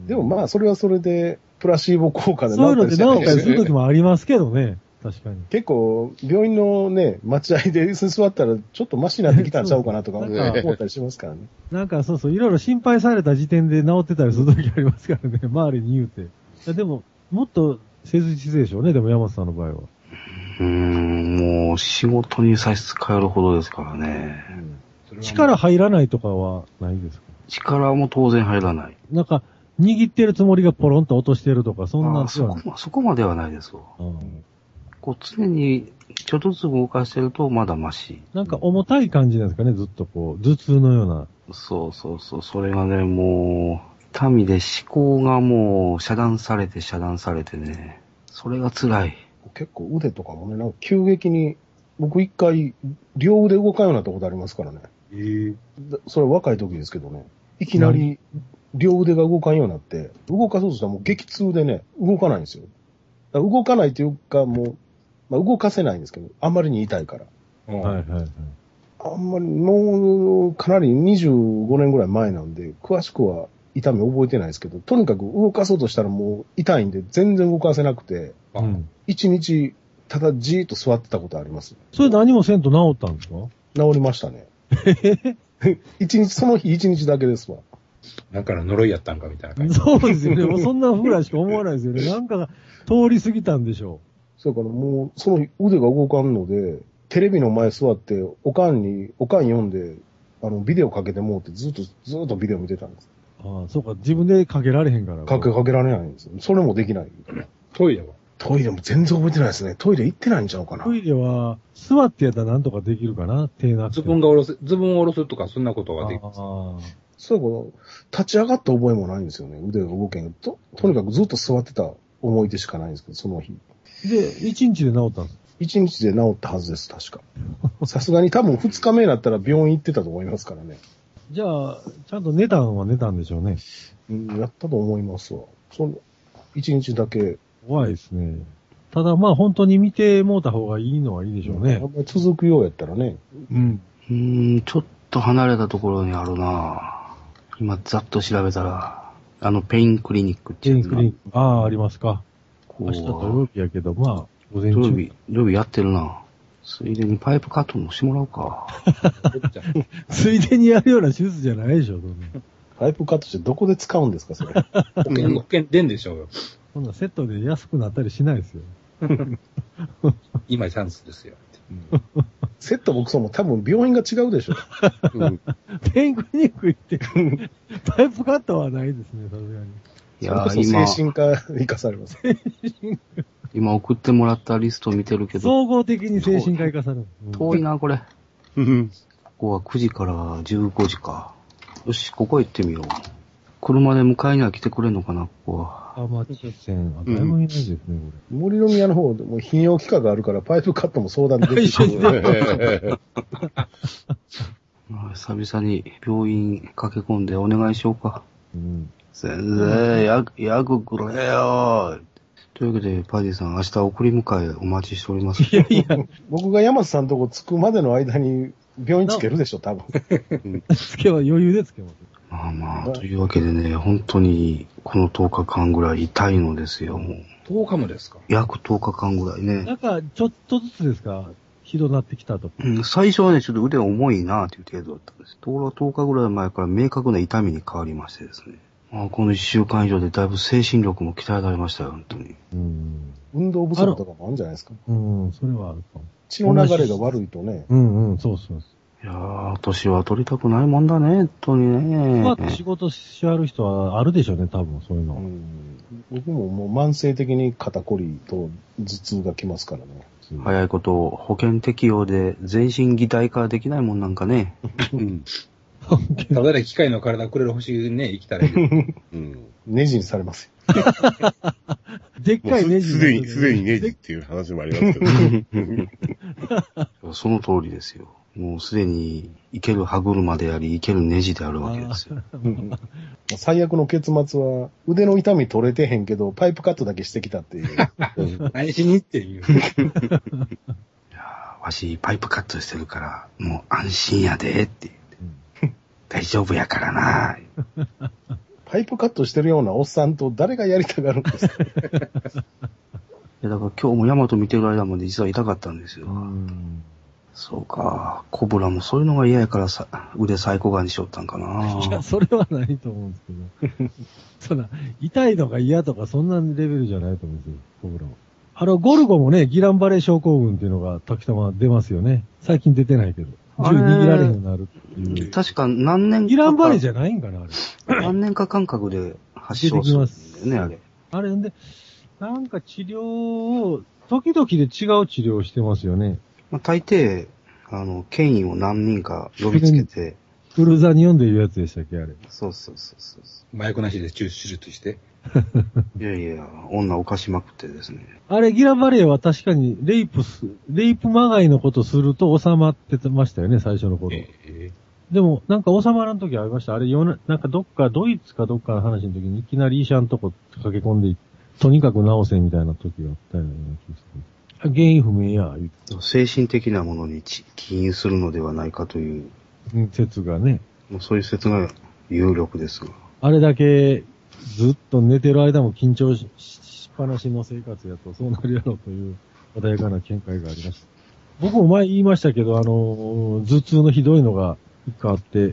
Speaker 5: でもまあ、それはそれで、プラシーボ効果で
Speaker 2: そういうの
Speaker 5: 治
Speaker 2: で
Speaker 5: ったりしてない
Speaker 2: 何回するときもありますけどね。確かに。
Speaker 5: 結構、病院のね、待合で座ったら、ちょっとマシになってきたんちゃうかなとか
Speaker 4: そうですね
Speaker 5: 思ったりしますからね。
Speaker 2: なんかそうそう、いろいろ心配された時点で治ってたりするときありますからね。 周りに言うて。いやでも、もっと誠実でしょうね。でも山本さんの場合は。
Speaker 1: うーん、もう仕事に差し支えるほどですからね。
Speaker 6: それはもう
Speaker 2: 力入らないとかはないですか
Speaker 1: 力も当然入らない。
Speaker 2: なんか、握ってるつもりがポロンと落としてるとか、そんな
Speaker 1: あー
Speaker 2: んで
Speaker 1: そ
Speaker 2: はな
Speaker 1: こ
Speaker 2: い。
Speaker 1: まそこまではないですよ。
Speaker 2: うん
Speaker 1: こう常にちょっとずつ動かしてるとまだマシ。
Speaker 2: なんか重たい感じなんですかね。ずっとこう、頭痛のような。
Speaker 1: そうそうそう、それがね、もう、痛みで思考がもう遮断されて遮断されてね。それが辛い。
Speaker 5: 結構腕とかもね、なんか急激に、僕一回、両腕動かんようになったことありますからね。
Speaker 6: えー、
Speaker 5: だそれは若い時ですけどね。いきなり、両腕が動かんようになって、動かそうとしたらもう激痛でね、動かないんですよ。だから動かないというか、もう、まあ、動かせないんですけど、あまりに痛いから。
Speaker 6: うん
Speaker 2: はいはいはい。
Speaker 5: あんまり、もう、かなり25年ぐらい前なんで、詳しくは痛み覚えてないですけど、とにかく動かそうとしたらもう痛いんで、全然動かせなくて、
Speaker 6: あ
Speaker 2: うん。
Speaker 5: 一日、ただじーっと座ってたことあります。
Speaker 2: それ何もせんと治ったんですか
Speaker 5: 治りましたね。一日、その日一日だけですわ。
Speaker 6: なんかの呪いやったんかみたいな感 じ。
Speaker 2: そうですよね。もうそんなぐらいしか思わないですよね。なんかが通り過ぎたんでしょ
Speaker 5: それからもう、その日腕が動かんので、テレビの前座って、おかんに、おかん読んで、あの、ビデオかけてもうってずっと、ずっとビデオ見てたんです。
Speaker 2: う。ああ、そうか。自分でかけられへんから。
Speaker 5: かけ、かけられないんですよ。それもできない。
Speaker 6: トイレは。
Speaker 5: トイレも全然覚えてないですね。トイレ行ってないんちゃうかな。
Speaker 2: トイレは、座ってやったらなんとかできるかな手なくて
Speaker 6: ズ
Speaker 2: も。
Speaker 6: ボンが下ろせ、ズボンを下ろすとか、そんなことができます。
Speaker 2: あ
Speaker 5: そういうこと、立ち上がった覚えもないんですよね。腕が動けん。と、とにかくずっと座ってた思い出しかないんですけど、その日。
Speaker 2: あ。で、一日で治ったんです。
Speaker 5: 一日で治ったはずです、確 か。さすがに多分二日目になったら病院行ってたと思いますからね。
Speaker 2: じゃあ、ちゃんと寝たんは寝たんでしょうね。
Speaker 5: うん、やったと思いますわ。その、一日だけ。
Speaker 2: 怖いですね。ただまあ本当に見てもうた方がいいのはいいでしょうね
Speaker 5: あ。んまり続くようやったらね。
Speaker 2: うん。
Speaker 1: うーん、ちょっと離れたところにあるな今、ざっと調べたら、あの、ペインクリニックって
Speaker 2: ジ
Speaker 1: い
Speaker 2: ェ
Speaker 1: う
Speaker 2: ン
Speaker 1: の
Speaker 2: ク
Speaker 1: が
Speaker 2: リニック。ああ、ありますか。
Speaker 1: こ
Speaker 2: 明
Speaker 1: う
Speaker 2: 日土曜日やけど、まあ、午前
Speaker 1: 土
Speaker 2: 中。
Speaker 1: 曜日、土曜日やってるなついでにパイプカットもしてもらおうか。
Speaker 2: ついでにやるような手術じゃないでしょ、そんな。
Speaker 5: パイプカットしてどこで使うんですか、そ れ。
Speaker 6: 保険、保険出んでしょうよ。
Speaker 2: そんなセットで安くなったりしないですよ。
Speaker 6: 今チャンスですよ。
Speaker 5: セット僕そも多分病院が違うでしょ。
Speaker 4: うん
Speaker 2: ペインクリニック行って、タイプカットはないですね、さすが
Speaker 1: い
Speaker 2: に。
Speaker 5: い
Speaker 1: や
Speaker 5: や
Speaker 1: ー、
Speaker 5: それこ
Speaker 1: 今
Speaker 5: そ、精神科生かされます。
Speaker 1: 今送ってもらったリスト見てるけど、
Speaker 2: 総合的に精神科医化される。
Speaker 1: 遠いな、これ。
Speaker 4: うん。
Speaker 1: ここは9時から15時か。よし、ここ行ってみよう。車で迎えには来てくれんのかな、ここは。
Speaker 2: アマチ線、あ、だいぶいないですね、こ
Speaker 5: 森の宮の方でも泌尿器科があるからパイプカットも相談でき
Speaker 2: 一緒に
Speaker 5: る。
Speaker 1: まあ久々に病院駆け込んでお願いしようか。
Speaker 2: れ。うん。
Speaker 1: 先生、薬、薬くれよというわけで、パディさん、明日送り迎えお待ちしております。
Speaker 2: いやいや、
Speaker 5: 僕が山瀬さんのとこ着くまでの間に病院つけるでしょ、 多分。
Speaker 2: つけは余裕でつけます。
Speaker 1: まあまあ、というわけでね、本当に、この10日間ぐらい痛いのですよ、もう。
Speaker 6: 10日もですか
Speaker 1: 約10日間ぐらいね。
Speaker 2: なんか、ちょっとずつですか、ひどなってきたと。
Speaker 1: うん、最初はね、ちょっと腕重いなという程度だったんです。ところが10日ぐらい前から明確な痛みに変わりましてですね。まあ、この1週間以上でだいぶ精神力も鍛えられましたよ、本当に。
Speaker 2: うん。
Speaker 5: 運動不足とかもあるんじゃないですか。
Speaker 2: うん、それはあるかも。
Speaker 5: 血の流れが悪いとね、
Speaker 2: うんうん、そうそう
Speaker 1: いやー、年は取りたくないもんだね、本当にね。
Speaker 2: そう。まあ、仕事しある人はあるでしょうね、多分、そういう
Speaker 5: う
Speaker 2: の。
Speaker 5: ん、僕ももう慢性的に肩こりと頭痛がきますからね。
Speaker 1: 早いこと保険適用で全身擬態化できないもんなんかね。
Speaker 4: うん。
Speaker 6: ただで機械の体くれる星ね、生きたらいいけ ど。
Speaker 4: うん。
Speaker 5: ネジにされますよ。
Speaker 2: でっ
Speaker 4: も
Speaker 2: かいうネ
Speaker 4: す
Speaker 2: ジ。
Speaker 4: すでに、すでにネジっ
Speaker 2: で
Speaker 4: ていう話もありますけど。
Speaker 1: その通りですよ。もうすでに、いける歯車であり、いけるネジであるわけですよ。
Speaker 5: 最悪の結末は、腕の痛み取れてへんけど、パイプカットだけしてきたっ ていう。
Speaker 6: 何しにっていう。
Speaker 1: わし、パイプカットしてるから、もう安心やで、って言って。大丈夫やからな。
Speaker 5: パイプカットしてるようなおっさんと誰がやりたがるんですか
Speaker 1: いやだから今日もヤマト見てる間まで実は痛かったんですよ。
Speaker 2: うん。
Speaker 1: そうか。コブラもそういうのが嫌やからさ、腕最高がにしよったんか
Speaker 2: いや、
Speaker 1: な。
Speaker 2: それはないと思うんです けど。そんな、痛いのが嫌とか、そんなレベルじゃないと思うんですよ、僕らは。あの、ゴルゴもね、ギランバレー症候群っていうのが、時たま出ますよね。最近出てないけど。
Speaker 1: あ
Speaker 2: 銃
Speaker 1: れ
Speaker 2: 握られへんようになるって いう。
Speaker 1: 確か何年
Speaker 2: ギランバレーじ
Speaker 1: ゃ
Speaker 2: ゃないんかな、あれ。
Speaker 1: 何年か間隔で発症するんだよね、あれ。
Speaker 2: あれんで、なんか治療を、時々で違う治療をしてますよね。
Speaker 1: まあ、大抵、あの、権威を何人か呼びつけて、
Speaker 2: クルーザーに読んでるやつでしたっけ、あれ。
Speaker 1: そうそうそうそうそ
Speaker 6: 麻薬なしで手術して。
Speaker 1: う。いやいや、女犯しまくってですね。
Speaker 2: あれ、ギラバレーは確かに、レイプす、レイプまがいのことすると収まってましたよね、最初の頃。
Speaker 6: え
Speaker 2: でも、なんか収まらん時ありました。あれ、よな、なんかどっか、ドイツかどっかの話の時にいきなり医者のとこ駆け込んでい、とにかく治せみたいな時があったような気がする。原因不明や、言って
Speaker 1: 精神的なものに起因するのではないかという、
Speaker 2: うん説がね。
Speaker 1: もうそういう説が有力ですが。
Speaker 2: あれだけ、ずっと寝てる間も緊張しししっぱなしの生活やとそうなるやろうという穏やかな見解がありました。僕も前言いましたけど、あの、頭痛のひどいのが一回あって、も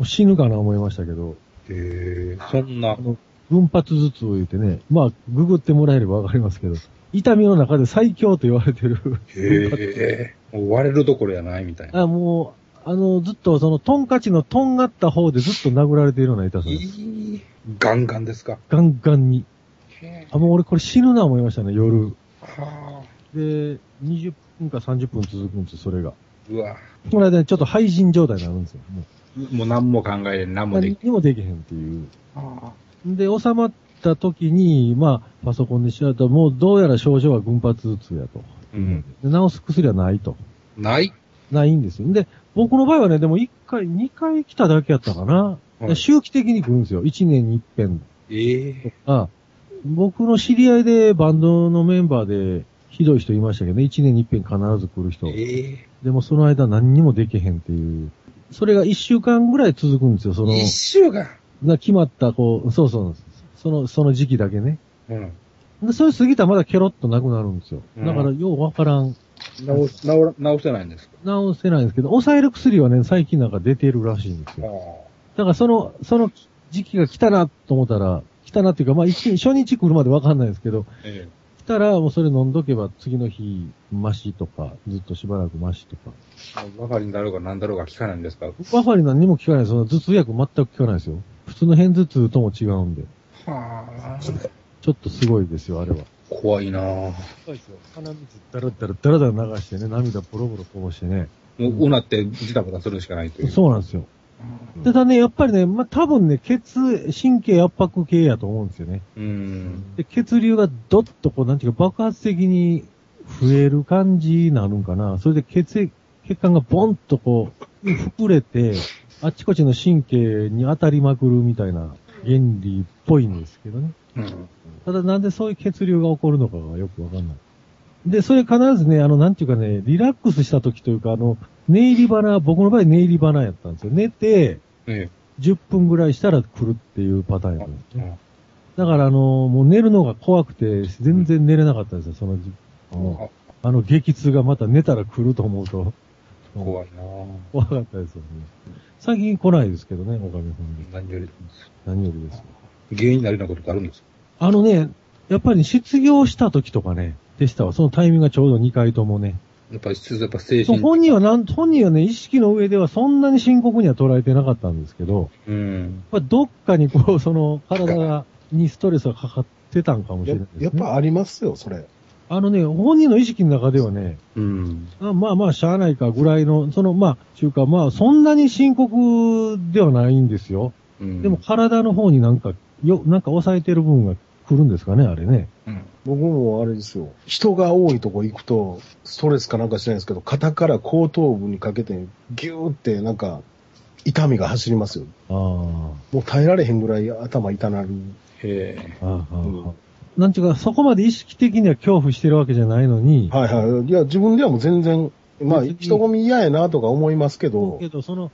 Speaker 2: う死ぬかな思いましたけど、
Speaker 6: えええそんな
Speaker 2: あ、の、群発頭痛を言ってね、まあ、ググってもらえればわかりますけど、痛みの中で最強と言われてる。
Speaker 6: ええもう割れるどころやないみたい な。
Speaker 2: あもう、あの、ずっとその、トンカチのとんがった方でずっと殴られているような痛さ
Speaker 6: い
Speaker 2: です。
Speaker 6: い、ガンガンですか。
Speaker 2: ガンガンに。
Speaker 6: へえ
Speaker 2: あ、もう俺これ死ぬな思いましたね、夜。
Speaker 6: はあ、
Speaker 2: で、20分か30分続くんですよ、それが。
Speaker 6: うわ。
Speaker 2: この間ねちょっと廃人状態になるんですよ。も
Speaker 6: もう何も考えん、何
Speaker 2: う
Speaker 6: もで
Speaker 2: 何
Speaker 6: き
Speaker 2: にもできへんっていう。
Speaker 6: は
Speaker 2: で、収まった時に、まあ、パソコンで調べたら、もうどうやら症状は群発頭痛やと。
Speaker 6: あうん。
Speaker 2: で治す薬はないと。
Speaker 6: ない
Speaker 2: ないんですよ。で、僕の場合はね、でも1回、2回来ただけやったかな。
Speaker 6: はい
Speaker 2: で周期的に来るんですよ。1年に一遍
Speaker 6: ええ
Speaker 2: とか。僕の知り合いでバンドのメンバーで、ひどい人いましたけどね、1年に一遍必ず来る人。
Speaker 6: ええ
Speaker 2: でもその間何にもできへんっていう。それが一週間ぐらい続くんですよ、その、
Speaker 6: 一週間。
Speaker 2: な決まった、こう、そうそうなんです。その、その時期だけね。
Speaker 6: うん。
Speaker 2: で、それ過ぎたらまだケロッとなくなるんですよ。
Speaker 6: うん
Speaker 2: だから、ようわからん。
Speaker 6: 直す、直ら、直せないんですか。
Speaker 2: 治せないんですけど、抑える薬はね、最近なんか出てるらしいんですよ。
Speaker 6: は
Speaker 2: だからその、その時期が来たなと思ったら、来たなっていうか、まあ一日、初日来るまでわかんないですけど、
Speaker 6: あ、え
Speaker 2: 来たらもうそれ飲んどけば次の日、マシとか、ずっとしばらくマシとか。
Speaker 6: えもうバファリンだろうが何だろうが効かないんですか。は
Speaker 2: バファリン何にも効かないです。その頭痛薬全く効かないですよ。普通の片頭痛とも違うんで。
Speaker 6: あ、
Speaker 2: ちょっとすごいですよ、あれは。
Speaker 6: 怖いなぁ。
Speaker 2: そうですよ。鼻水だらだらだらだら流してね、涙ボロボロこぼしてね。
Speaker 6: もう、うなってジタバタするしかないという。
Speaker 2: そうなんですよ。ただね、やっぱりね、まあ、多分ね、血、神経圧迫系やと思うんですよね。
Speaker 6: う。うん。
Speaker 2: で、血流がどっとこう、なんていうか爆発的に増える感じになるんかな。それで血液、血管がボンとこう、膨れて、あっちこっちの神経に当たりまくるみたいな原理っぽいんですけどね。
Speaker 6: うん。
Speaker 2: ただなんでそういう血流が起こるのかがよくわかんない。で、それ必ずね、あの、なんていうかね、リラックスした時というか、あの、寝入り花、僕の場合寝入り花やったんですよ。寝て、
Speaker 6: え
Speaker 2: 10分ぐらいしたら来るっていうパターンやったんです
Speaker 6: え。
Speaker 2: ね。だからあの、もう寝るのが怖くて、全然寝れなかったんですよ、その時。も
Speaker 6: あ
Speaker 2: うあの激痛がまた寝たら来ると思うと、
Speaker 6: 怖いなぁ。
Speaker 2: 怖かったですよね。最近来ないですけどね、おかげさんで。
Speaker 6: 何より、
Speaker 2: 何よりです。
Speaker 6: 原因になるようなことってあるんですか
Speaker 2: あのね、やっぱり失業した時とかね、でしたわ。そのタイミングがちょうど2回ともね。
Speaker 6: やっぱり、やっぱ精
Speaker 2: そう
Speaker 6: 神。
Speaker 2: 本人はなん、本人はね、意識の上ではそんなに深刻には捉えてなかったんですけど、
Speaker 6: うん。
Speaker 2: まあ、どっかにこう、その、体が、にストレスがかかってたんかもしれ
Speaker 5: や
Speaker 2: ないです、ね。
Speaker 5: やっぱありますよ、それ。
Speaker 2: あのね、本人の意識の中ではね、
Speaker 6: うん。
Speaker 2: あまあまあ、しゃあないかぐらいの、その、まあ、ちゅうか、まあ、そんなに深刻ではないんですよ。
Speaker 6: うん。
Speaker 2: でも、、体の方になんか、よ、なんか抑えてる部分が来るんですかね、あれね。
Speaker 6: うん。
Speaker 5: 僕もあれですよ。人が多いとこ行くと、ストレスかなんかしないですけど、肩から後頭部にかけて、ギューってなんか、痛みが走りますよ。
Speaker 2: ああ。
Speaker 5: もう耐えられへんぐらい頭痛なる。
Speaker 6: へえ。
Speaker 2: ああ、
Speaker 5: うん
Speaker 2: なんちゅうか、そこまで意識的には恐怖してるわけじゃないのに、
Speaker 5: はいはい。いや、自分ではもう全然、まあ、
Speaker 2: 別に
Speaker 5: 人混み嫌やなとか思いますけど
Speaker 2: け、ど、その、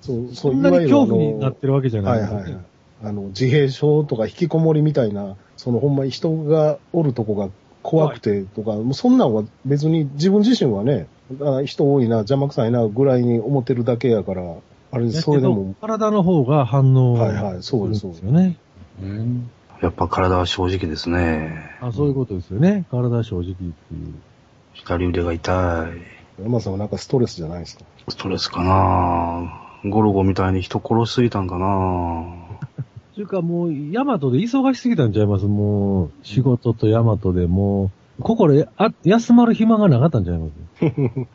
Speaker 5: そう、そ
Speaker 2: そ
Speaker 5: うんい
Speaker 2: な
Speaker 5: わ
Speaker 2: に
Speaker 5: ゆる
Speaker 2: 恐
Speaker 5: あ
Speaker 2: 怖にな
Speaker 5: の
Speaker 2: っ、てるわけじゃな
Speaker 5: はいい
Speaker 2: の
Speaker 5: は
Speaker 2: で。
Speaker 5: いはい。あの、自閉症とか引きこもりみたいな、そのほんまに人がおるとこが怖くてとか、もうそんなんは別に自分自身はね、あ人多いな、邪魔くさいなぐらいに思ってるだけやから、あれ、
Speaker 2: だ
Speaker 5: そ
Speaker 2: け
Speaker 5: れで
Speaker 2: ど
Speaker 5: も、、
Speaker 2: 体の方が反応
Speaker 5: はいはい、
Speaker 2: す
Speaker 5: そ
Speaker 2: る
Speaker 5: うんで、
Speaker 2: ですす
Speaker 5: そうです。
Speaker 2: よね。
Speaker 6: うん。
Speaker 1: やっぱ体は正直ですね。
Speaker 2: あそういうことですよね。体正直っていう。
Speaker 1: 左腕が痛い。
Speaker 5: 山田さんはなんかストレスじゃないですか。
Speaker 1: ストレスかなゴルゴみたいに人殺しすぎたんかな
Speaker 2: というかもう、ヤマトで忙しすぎたんちゃいますもう、仕事とヤマトでもう、心あ休まる暇がなかったんちゃいます
Speaker 1: い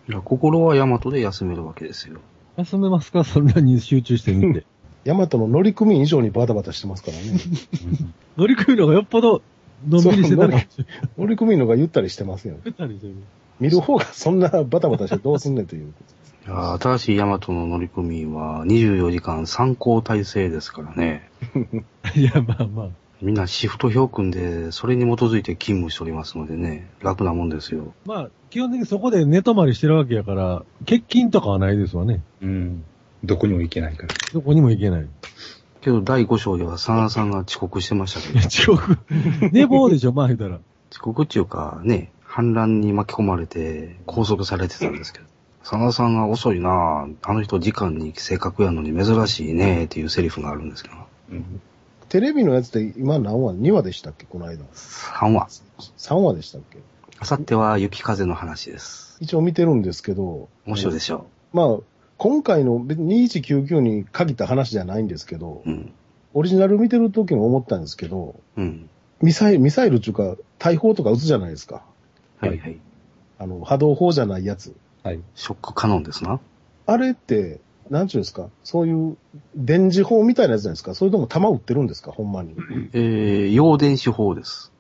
Speaker 1: や、心はヤマトで休めるわけですよ。
Speaker 2: 休めますかそんなに集中してみ て。
Speaker 5: ヤマトの乗組員以上にバタバタしてますから ね。
Speaker 2: 乗り組むのがよっぽど、のんびりしてたかもしれ
Speaker 5: 乗組員の方がゆったりしてますよ。
Speaker 2: ないですよね。
Speaker 5: 見る方がそんなバタバタしてどうすんねんという。
Speaker 1: いやー新しいヤマトの乗組員は24時間参考体制ですからね。
Speaker 2: いや、まあまあ。
Speaker 1: みんなシフト表組んで、それに基づいて勤務しておりますのでね、楽なもんですよ。
Speaker 2: まあ、基本的にそこで寝泊まりしてるわけやから、欠勤とかはないですわね。
Speaker 6: うん。どこにも行けないから。
Speaker 2: どこにも行けない。
Speaker 1: けど第5章ではサナさんが遅刻してましたけど、
Speaker 2: 遅刻。 寝坊でしょ、まあ言うたら。
Speaker 1: 遅刻っていうかね、反乱に巻き込まれて拘束されてたんですけど、サナさんが遅いなぁ、あの人時間に正確やのに珍しいねっていうセリフがあるんですけど、
Speaker 6: うん。
Speaker 5: テレビのやつで今何話 ?2 話でしたっけこの間。
Speaker 1: 3話。
Speaker 5: 3話でしたっけ
Speaker 1: あさっては雪風の話です。
Speaker 5: 一応見てるんですけど、
Speaker 1: 面白いでしょ
Speaker 5: まあ、今回の別に2199に限った話じゃないんですけど
Speaker 1: う。、うん。
Speaker 5: オリジナル見てる時も思ったんですけど、
Speaker 1: うん。
Speaker 5: ミサイル、ミサイルっていうか、大砲とか撃つじゃないですか。
Speaker 1: はいはい。
Speaker 5: あの、波動砲じゃないやつ。
Speaker 6: はい。
Speaker 1: ショックカノンですな。
Speaker 5: あれって、なんちゅうんですかそういう、電磁砲みたいなやつじゃないですかそれとも弾撃ってるんですかほんま に。
Speaker 1: えー、陽電子砲です。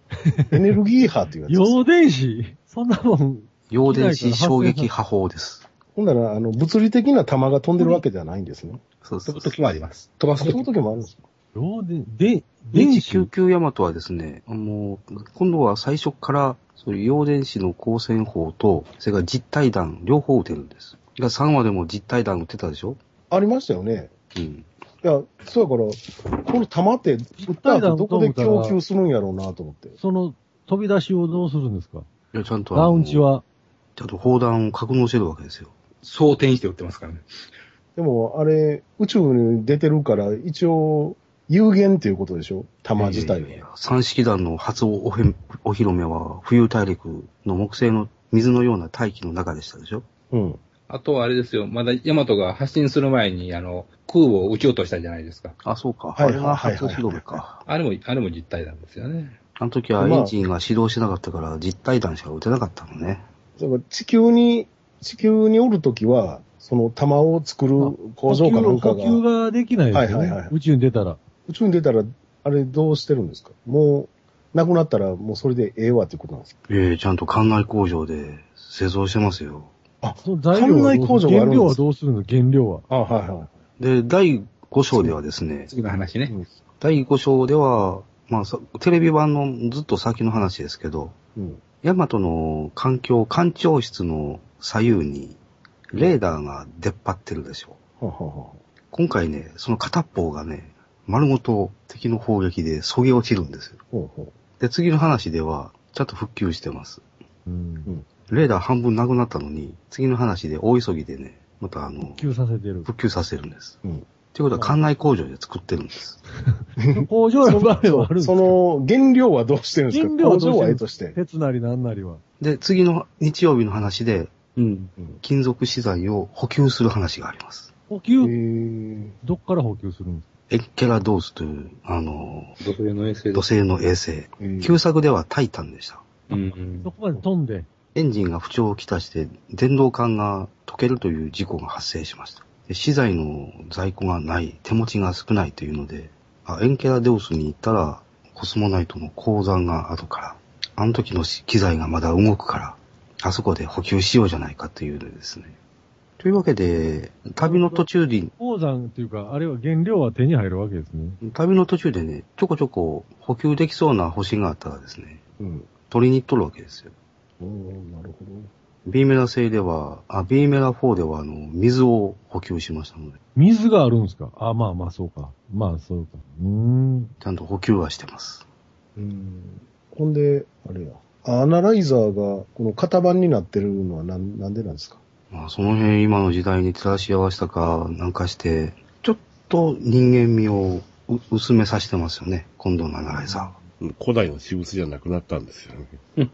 Speaker 5: エネルギー波っていうやつです。
Speaker 2: 陽電子そんなもん。
Speaker 1: 陽電子衝撃波砲です。
Speaker 5: ほんなら、あの、物理的な弾が飛んでるわけではないんですね。
Speaker 1: そうそ
Speaker 6: 飛
Speaker 1: う
Speaker 6: ぶ時もあります。飛ば
Speaker 5: あ
Speaker 6: す
Speaker 5: そういう
Speaker 6: 時
Speaker 5: 時もあるんですか
Speaker 2: 陽電、で、電子
Speaker 1: 2199ヤマトはですね、もう、今度は最初から、そういう陽電子の光線砲と、それから実体弾、両方撃てるんです。が3話でも実体弾撃ってたでしょ
Speaker 5: ありましたよね。
Speaker 1: うん。
Speaker 5: いや、そうやから、この弾って、撃った後どこで供給するんやろうなと思って。
Speaker 2: その飛び出しをどうするんですか
Speaker 1: いや、ちゃんとあの
Speaker 2: ラウンジ。は。
Speaker 1: ちゃんと砲弾を格納してるわけですよ。
Speaker 6: 装填して売ってますからね。
Speaker 5: でも、あれ、宇宙に出てるから、一応、有限っていうことでしょ弾自体
Speaker 1: いやいや
Speaker 5: は。
Speaker 1: 三式弾の初おへお披露目は、冬大陸の木製の水のような大気の中でしたでしょ
Speaker 5: うん。
Speaker 6: あとはあれですよ。まだヤマトが発進する前に、あの、空母を撃ち落としたじゃないですか。
Speaker 1: あ、そうか。
Speaker 5: はい
Speaker 1: あれが初披露目か。
Speaker 6: あれも、あれも実体なんですよね。
Speaker 1: あの時はエンジンが始動しなかったから、実体弾しか撃てなかったのね。
Speaker 5: だから地球に、地球におるときは、その弾を作る工場かなんか
Speaker 2: 補給
Speaker 5: が、
Speaker 2: ができないですよ
Speaker 5: はいはいは
Speaker 2: ね
Speaker 5: い。
Speaker 2: 宇宙に出たら。
Speaker 5: 宇宙に出たら、あれどうしてるんですかもう、なくなったらもうそれでええわっていうことなんですか
Speaker 1: ええちゃんと艦内工場で製造してますよ。
Speaker 2: その材料は
Speaker 5: 管内
Speaker 2: ど
Speaker 5: 工
Speaker 2: うす
Speaker 5: 場
Speaker 2: る
Speaker 5: があ
Speaker 2: 原
Speaker 5: るんです
Speaker 2: 料はどうするの原料は。
Speaker 5: あはいは
Speaker 1: で、第5章ではですね、
Speaker 6: 次の話ね。
Speaker 1: 第5章では、まあ、さテレビ版のずっと先の話ですけど、
Speaker 5: い。うん。
Speaker 1: ヤマトの環境、環境室の左右に、レーダーが出っ張ってるでしょ。
Speaker 5: ははは
Speaker 1: 今回ね、その片方がね、丸ごと敵の砲撃で削げ落ちるんですよ。
Speaker 5: ほうほ
Speaker 1: で、次の話では、ちゃんと復旧してます。
Speaker 2: うん。
Speaker 1: レーダー半分なくなったのに、次の話で大急ぎでね、またあの、
Speaker 2: 給させてる。
Speaker 1: 復旧させるんです。
Speaker 5: う
Speaker 1: とい
Speaker 5: ん
Speaker 1: うことは、館内工場で作ってるんです。
Speaker 2: 工場の場合はあるん
Speaker 5: う。
Speaker 2: です
Speaker 5: そ
Speaker 2: か
Speaker 5: の原料はどうしてるんですか
Speaker 2: 原料は
Speaker 5: 工
Speaker 2: どうしてる
Speaker 5: 場はえとして。
Speaker 2: 鉄なりなんなりは。
Speaker 1: で、次の日曜日の話で、
Speaker 6: うん。
Speaker 1: 金属資材を補給する話があります。
Speaker 2: 補
Speaker 5: へ
Speaker 2: 給、
Speaker 5: ー
Speaker 2: どっから補給するんですか
Speaker 1: エッケラドースという、あの、
Speaker 6: 土星の衛星
Speaker 1: 土
Speaker 6: で
Speaker 1: 星の衛星。
Speaker 5: えー
Speaker 1: 旧作ではタイタンでした。
Speaker 6: うん
Speaker 2: そ。こまで飛んで。
Speaker 1: エンジンが不調をきたして、電動管が溶けるという事故が発生しました。で資材の在庫がない、手持ちが少ないというので、あエンケラデオスに行ったら、コスモナイトの鉱山が後から、あの時の機材がまだ動くから、あそこで補給しようじゃないかというのですね。というわけで、旅の途中に、
Speaker 2: 鉱山っていうか、あれは原料は手に入るわけですね。
Speaker 1: 旅の途中でね、ちょこちょこ補給できそうな星があったらですね、
Speaker 5: うん。
Speaker 1: 取りに行っとるわけですよ。
Speaker 5: おーなるほど。
Speaker 1: B メラ星では、あ、B メラ4では、あの、水を補給しましたので、
Speaker 2: 水があるんですかあ、まあまあそうか。まあそうか。うーん。
Speaker 1: ちゃんと補給はしてます。
Speaker 5: うんほんで、あれや。アナライザーが、この型番になってるのはなんなんでなんですか
Speaker 1: まあ、その辺、今の時代に照らし合わせたか、なんかして、ちょっと人間味をう薄めさせてますよね、今度のアナライザ
Speaker 4: うん古代の私物じゃなくなったんですよね。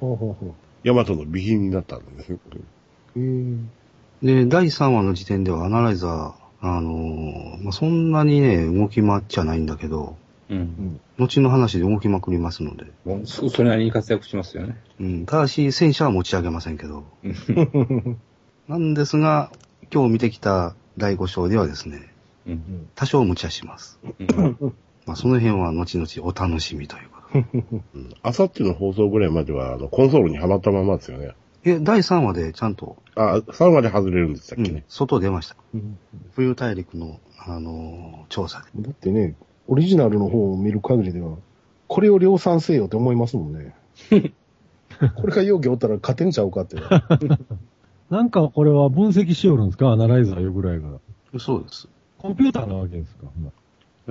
Speaker 5: ほうほうほう。
Speaker 4: ヤマトの備品になったんですね。
Speaker 5: えー、
Speaker 1: ー。で、第3話の時点では、アナライザー、あのーまあ、そんなにね、動き回っちゃないんだけど、
Speaker 6: うん。
Speaker 1: 後の話で動きまくりますので、
Speaker 6: もう、そそれなりに活躍しますよね。
Speaker 1: うん、ただし、戦車は持ち上げませんけど、
Speaker 6: うん
Speaker 1: なんですが、今日見てきた第5章ではですね、
Speaker 6: うん。
Speaker 1: 多少無茶します。
Speaker 6: うん
Speaker 1: まあ、その辺は後々お楽しみということで。
Speaker 4: あさっての放送ぐらいまでは、あの、コンソールにはまったままですよね。
Speaker 1: え、第3話でちゃんと、
Speaker 4: あ、3話で外れるんでしたっ
Speaker 1: う
Speaker 4: け
Speaker 1: ん
Speaker 4: ね。、
Speaker 1: 外出ました。
Speaker 5: うん
Speaker 1: 冬大陸の、あのー調査で。
Speaker 5: だってね、オリジナルの方を見る限りでは、これを量産せよって思いますもん ね。これが容疑おったら勝てんちゃうかって。
Speaker 2: なんかこれは分析しよるんですかアナライザーいうぐらいが。
Speaker 1: そうです。
Speaker 2: コンピューターなわけですかほな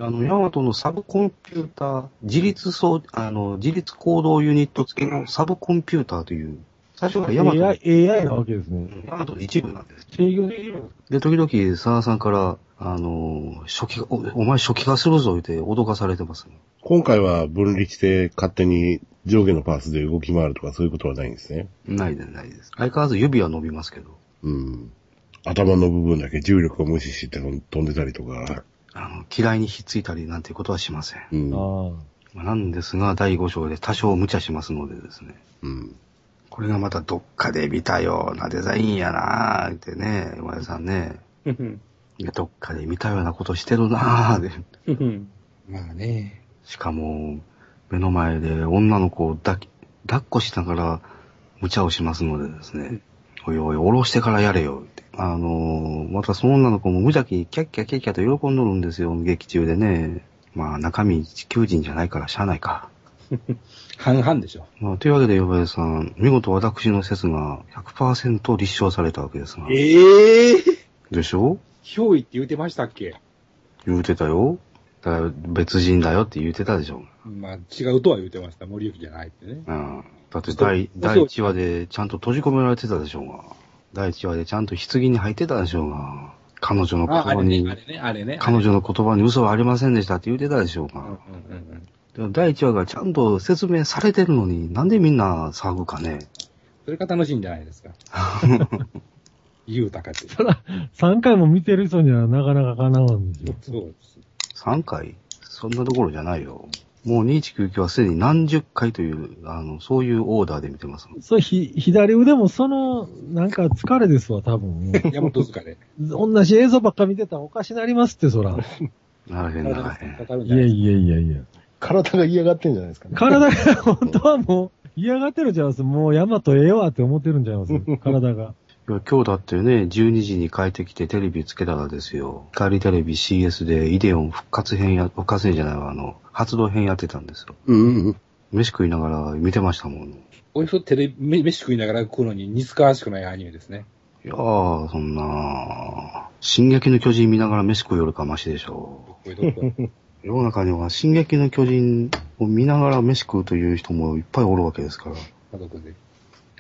Speaker 1: あの、ヤマトのサブコンピューター、自立そう、あの、自立行動ユニット付きのサブコンピューターという、最初からヤマトの、
Speaker 2: AI, AI なわけですね。
Speaker 1: ヤマトの一部なんです。
Speaker 2: 制御できるんですか
Speaker 1: で、時々、サーさんから、あのー、初期化お、お前初期化するぞ言って脅かされてます、ね。
Speaker 4: 今回は分離して勝手に上下のパースで動き回るとかそういうことはないんですね。
Speaker 1: ないです、ないです。相変わらず指は伸びますけど、
Speaker 4: うん。頭の部分だけ重力を無視して飛んでたりとか。
Speaker 1: あの、嫌いにひっついたりなんていうことはしません。
Speaker 4: うん。
Speaker 2: ああ。
Speaker 1: まあなんですが、第5章で多少無茶しますのでですね。
Speaker 4: うん。
Speaker 1: これがまたどっかで見たようなデザインやなーってね、山田さんね。
Speaker 6: うん
Speaker 1: いやどっかで見たようなことしてるなーって。
Speaker 6: うんまあね。
Speaker 1: しかも、目の前で女の子を抱き、抱っこしながら無茶をしますのでですね。おいおい、下ろしてからやれよって。あのーまたその女の子も無邪気にキャッキャキャッキャと喜んどるんですよ、劇中でね。まあ中身地球人じゃないからしゃあないか。
Speaker 6: 半々でしょ。
Speaker 1: まあ、というわけで、呼ばれさん、見事私の説が100%立証されたわけですが。
Speaker 6: ええ
Speaker 1: でしょ
Speaker 6: 憑依って言うてましたっけ
Speaker 1: 言うてたよ。だから別人だよって言うてたでしょ。
Speaker 6: まあ、違うとは言うてました。森行じゃないってね。
Speaker 1: うん。だって第、第1話でちゃんと閉じ込められてたでしょうが。第1話でちゃんと棺に入ってたでしょうが。彼女の言
Speaker 6: あ、あ
Speaker 1: 葉
Speaker 6: れね、
Speaker 1: に
Speaker 6: あ、れね、あれね。
Speaker 1: 彼女の言葉に嘘はありませんでしたって言うてたでしょう
Speaker 6: うん
Speaker 1: が。
Speaker 6: うんうんうん
Speaker 1: でも第1話がちゃんと説明されてるのに、なんでみんな騒ぐかね。
Speaker 6: それが楽しいんじゃな いですか。言うたかって。
Speaker 2: そら、3回も見てる人にはなかなかかなわんですよ。
Speaker 6: そうです。
Speaker 1: 3回そんなところじゃないよ。もう2199はすでに何十回という、あの、そういうオーダーで見てます。
Speaker 2: そう、ひ、左腕もその、なんか疲れですわ、多分。
Speaker 6: 山本塚で。
Speaker 2: 同じ映像ばっか見てたらおかしなりますって、そら。
Speaker 1: ならへんならへ
Speaker 6: 体が
Speaker 1: ん。
Speaker 6: かるん
Speaker 2: い
Speaker 6: じゃな
Speaker 2: や
Speaker 6: い
Speaker 2: いやいやいや。
Speaker 5: 体が嫌がってんじゃないですかね。
Speaker 2: 体が、本当はもう、嫌がってるんちゃいますもう、ヤマトええわって思ってるんちゃいます体が。
Speaker 1: いや今日だってね、12時に帰ってきてテレビつけたらですよ。光テレビ CS でイデオン復活編や、復活編じゃないわ、あの、発動編やってたんですよ。
Speaker 4: うんうん。
Speaker 1: 飯食いながら見てましたもん。い
Speaker 6: およそテレビ、め飯食いながら食うのに似つかわしくないアニメですね。
Speaker 1: やー、そんな進撃の巨人見ながら飯食うよりかマシでしょ
Speaker 6: こういうとこは
Speaker 1: う。世の中には進撃の巨人を見ながら飯食うという人もいっぱいおるわけですから。
Speaker 6: 家族で。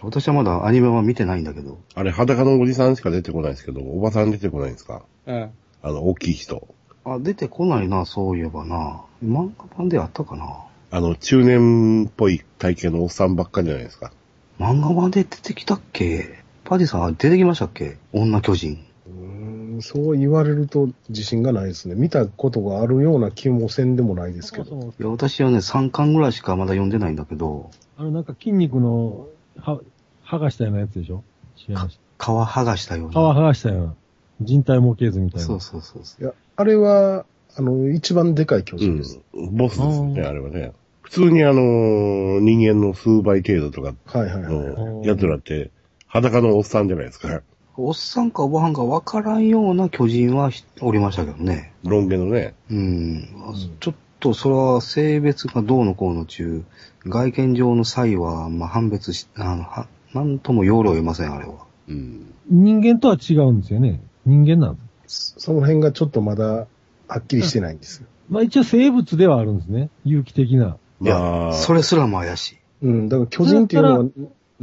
Speaker 1: 私はまだアニメは見てないんだけど。
Speaker 4: あれ、裸のおじさんしか出てこないですけど、おばさん出てこないんですか
Speaker 6: あ
Speaker 4: あの、大きい人。
Speaker 1: あ、出てこないな、そういえばな。漫画版であったかな。
Speaker 4: あの、中年っぽい体型のおっさんばっかじゃないですか。
Speaker 1: 漫画版で出てきたっけパディさん、出てきましたっけ女巨人。
Speaker 5: うーんそう言われると自信がないですね。見たことがあるような気もせんでもないです
Speaker 2: そ
Speaker 5: けど。
Speaker 2: もそも
Speaker 1: いや、私はね、3巻ぐらいしかまだ読んでないんだけど、
Speaker 2: あの、なんか筋肉の、は、剥がしたようなやつでしょ違いまし
Speaker 1: 皮剥がしたよう
Speaker 2: た。皮
Speaker 1: な。
Speaker 2: 剥がしたような。人体模型図みたいな。
Speaker 1: そうそうそうそう。
Speaker 5: いや、あれは、あの、一番でかい巨
Speaker 4: う
Speaker 5: 人
Speaker 4: ん
Speaker 5: です。。
Speaker 4: ボスですよね、
Speaker 2: あー
Speaker 4: あれはね。普通にあのー人間の数倍程度とか
Speaker 5: はいはいはい。
Speaker 4: の奴らって、裸のおっさんじゃないですか。
Speaker 1: おっさんかおばはんかわからんような巨人はひおりましたけどね。
Speaker 4: ロン毛のね。
Speaker 1: うん。あちょっと、それは性別がどうのこうの中、外見上の際は、まあ、判別し、あの、は、なんとも要領を得ません、あれは。
Speaker 4: うん。
Speaker 2: 人間とは違うんですよね。人間なんです。
Speaker 5: その辺がちょっとまだはっきりしてないんですよ。
Speaker 2: まあ一応生物ではあるんですね。有機的な。
Speaker 1: いや
Speaker 4: まあ、
Speaker 1: それすらも怪しい。
Speaker 5: うん、だから巨人っていうのは、うん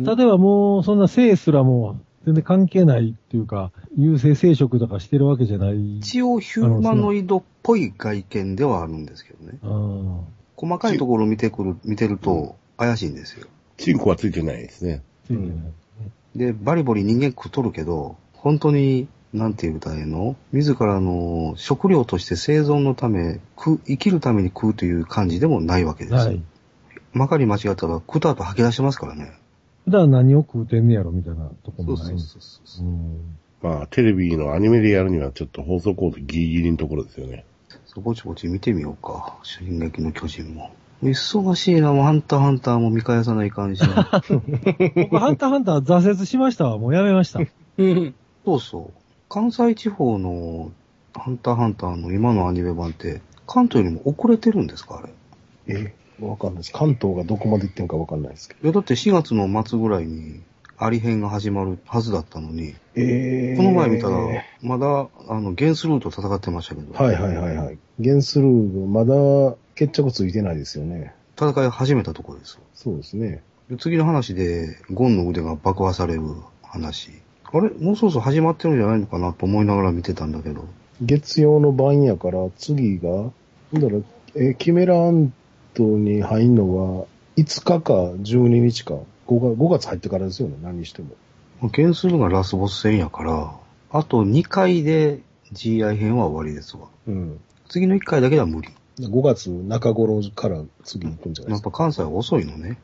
Speaker 2: 例えばもう、そんな性すらもう全然関係ないっていうか、有性生殖とかしてるわけじゃない。
Speaker 1: 一応ヒューマノイドっぽい外見ではあるんですけどね。
Speaker 2: あー
Speaker 1: 細かいところを見てくる、見てると怪しいんですよ。
Speaker 4: チンコはついてないですね。
Speaker 2: ついてない
Speaker 1: で、バリバリ人間食っとるけど、本当に、なんて言うたらええの自らの食料として生存のため、食う、生きるために食うという感じでもないわけですよ。
Speaker 2: はい。
Speaker 1: まかり間違ったら、食った後吐き出してますからね。
Speaker 2: 普段何を食うてんねやろみたいなとこもない。
Speaker 1: そう
Speaker 2: うん
Speaker 4: まあ、テレビのアニメでやるにはちょっと放送コードギリギリのところですよね。
Speaker 1: そうぼちぼち見てみようか。進撃の巨人も。忙しいな、もうハンターハンターも見返さない感じ。
Speaker 2: 僕、ハンターハンター挫折しましたわ。もうやめました。
Speaker 6: うん。
Speaker 1: そうそう。関西地方のハンターハンターの今のアニメ版って、関東よりも遅れてるんですかあれ。
Speaker 5: えわかんないです。関東がどこまで行ってんかわかんないですけど。
Speaker 1: いや、だって4月の末ぐらいに、アリ編が始まるはずだったのに、
Speaker 5: え
Speaker 1: この前見たら
Speaker 5: は、
Speaker 1: まだ、あの、ゲンスルーと戦ってましたけど、
Speaker 5: いはいはいはい。ゲンスルーまだ決着ついてないですよね。
Speaker 1: 戦い始めたところですよ
Speaker 5: そうですね。
Speaker 1: で次の話で、ゴンの腕が爆破される話。あれもうそろそろ始まってるんじゃないのかなと思いながら見てたんだけど。
Speaker 5: 月曜の晩やから、次が、なんだろう、えーキメラアントに入んのは、5日か12日か5月、5月入ってからですよね、何にしても。
Speaker 1: ゲンスルーがラスボス戦やから、あと2回で GI 編は終わりですわ。
Speaker 5: うん。
Speaker 1: 次の1回だけでは無理。
Speaker 5: 5月中頃から次行くんじゃない
Speaker 1: やっ
Speaker 5: ですか。
Speaker 1: ぱ関西は遅いのね。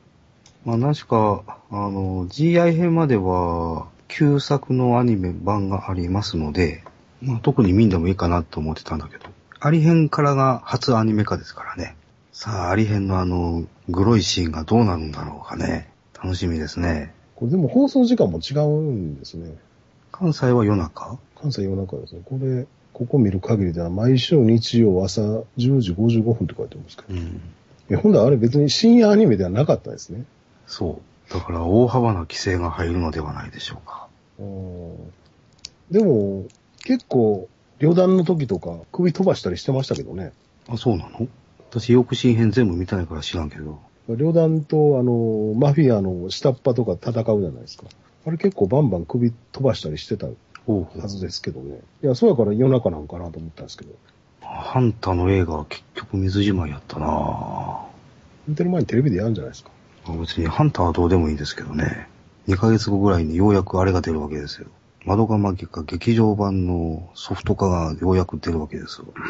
Speaker 1: まあ、なしか、あの、GI 編までは、旧作のアニメ版がありますので、まあ、特に見んでもいいかなと思ってたんだけど、アリ編からが初アニメ化ですからね。さあ、アリ編のあの、グロいシーンがどうなるんだろうかね。楽しみですね。
Speaker 5: これでも放送時間も違うんですね。
Speaker 1: 関西は夜中
Speaker 5: 関西夜中ですね。これ、ここ見る限りでは毎週日曜朝10時55分って書いてますけど。
Speaker 1: うん。
Speaker 5: え、ほんだあれ別に深夜アニメではなかったですね。
Speaker 1: そう。だから大幅な規制が入るのではないでしょうか。
Speaker 5: うんでも、結構、旅団の時とか首飛ばしたりしてましたけどね。
Speaker 1: あ、そうなの私、抑止編全部見たいから知らんけど。
Speaker 5: 旅団と、あの、マフィアの下っ端とか戦うじゃないですか。あれ結構バンバン首飛ばしたりしてたは
Speaker 1: ほうほう
Speaker 5: ずですけどね。いや、そうやから夜中なんかなと思ったんですけど。
Speaker 1: ハンターの映画は結局水じまいやったなぁ。
Speaker 5: 見てる前にテレビでやるんじゃないですか。
Speaker 1: まあ別にハンターはどうでもいいですけどね。2ヶ月後ぐらいにようやくあれが出るわけですよ。窓かマギか劇場版のソフト化がようやく出るわけですよ。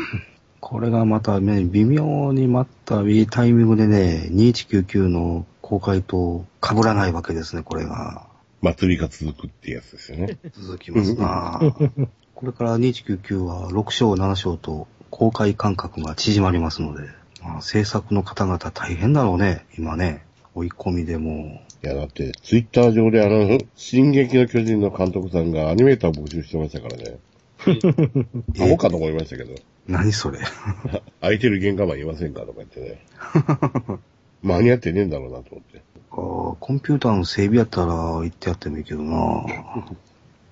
Speaker 1: これがまたね、微妙にまたいいタイミングでね、2199の公開と被らないわけですね、これが。
Speaker 4: 祭りが続くってやつですよ ね。
Speaker 1: 続きますなぁこれから2199は6章7章と公開間隔が縮まりますので、まあ、制作の方々大変だろうね、今ね。追い込みでも
Speaker 4: いや、だって、ツイッター上であの、進撃の巨人の監督さんがアニメーターを募集してましたからね。
Speaker 1: う、
Speaker 4: アホかと思いましたけど、
Speaker 1: 何それ。
Speaker 4: 空いてる玄関マンいませんかとか言ってね。 間に合ってねえんだろうなと思って。
Speaker 1: あーコンピューターの整備やったら行ってやってもいいけどな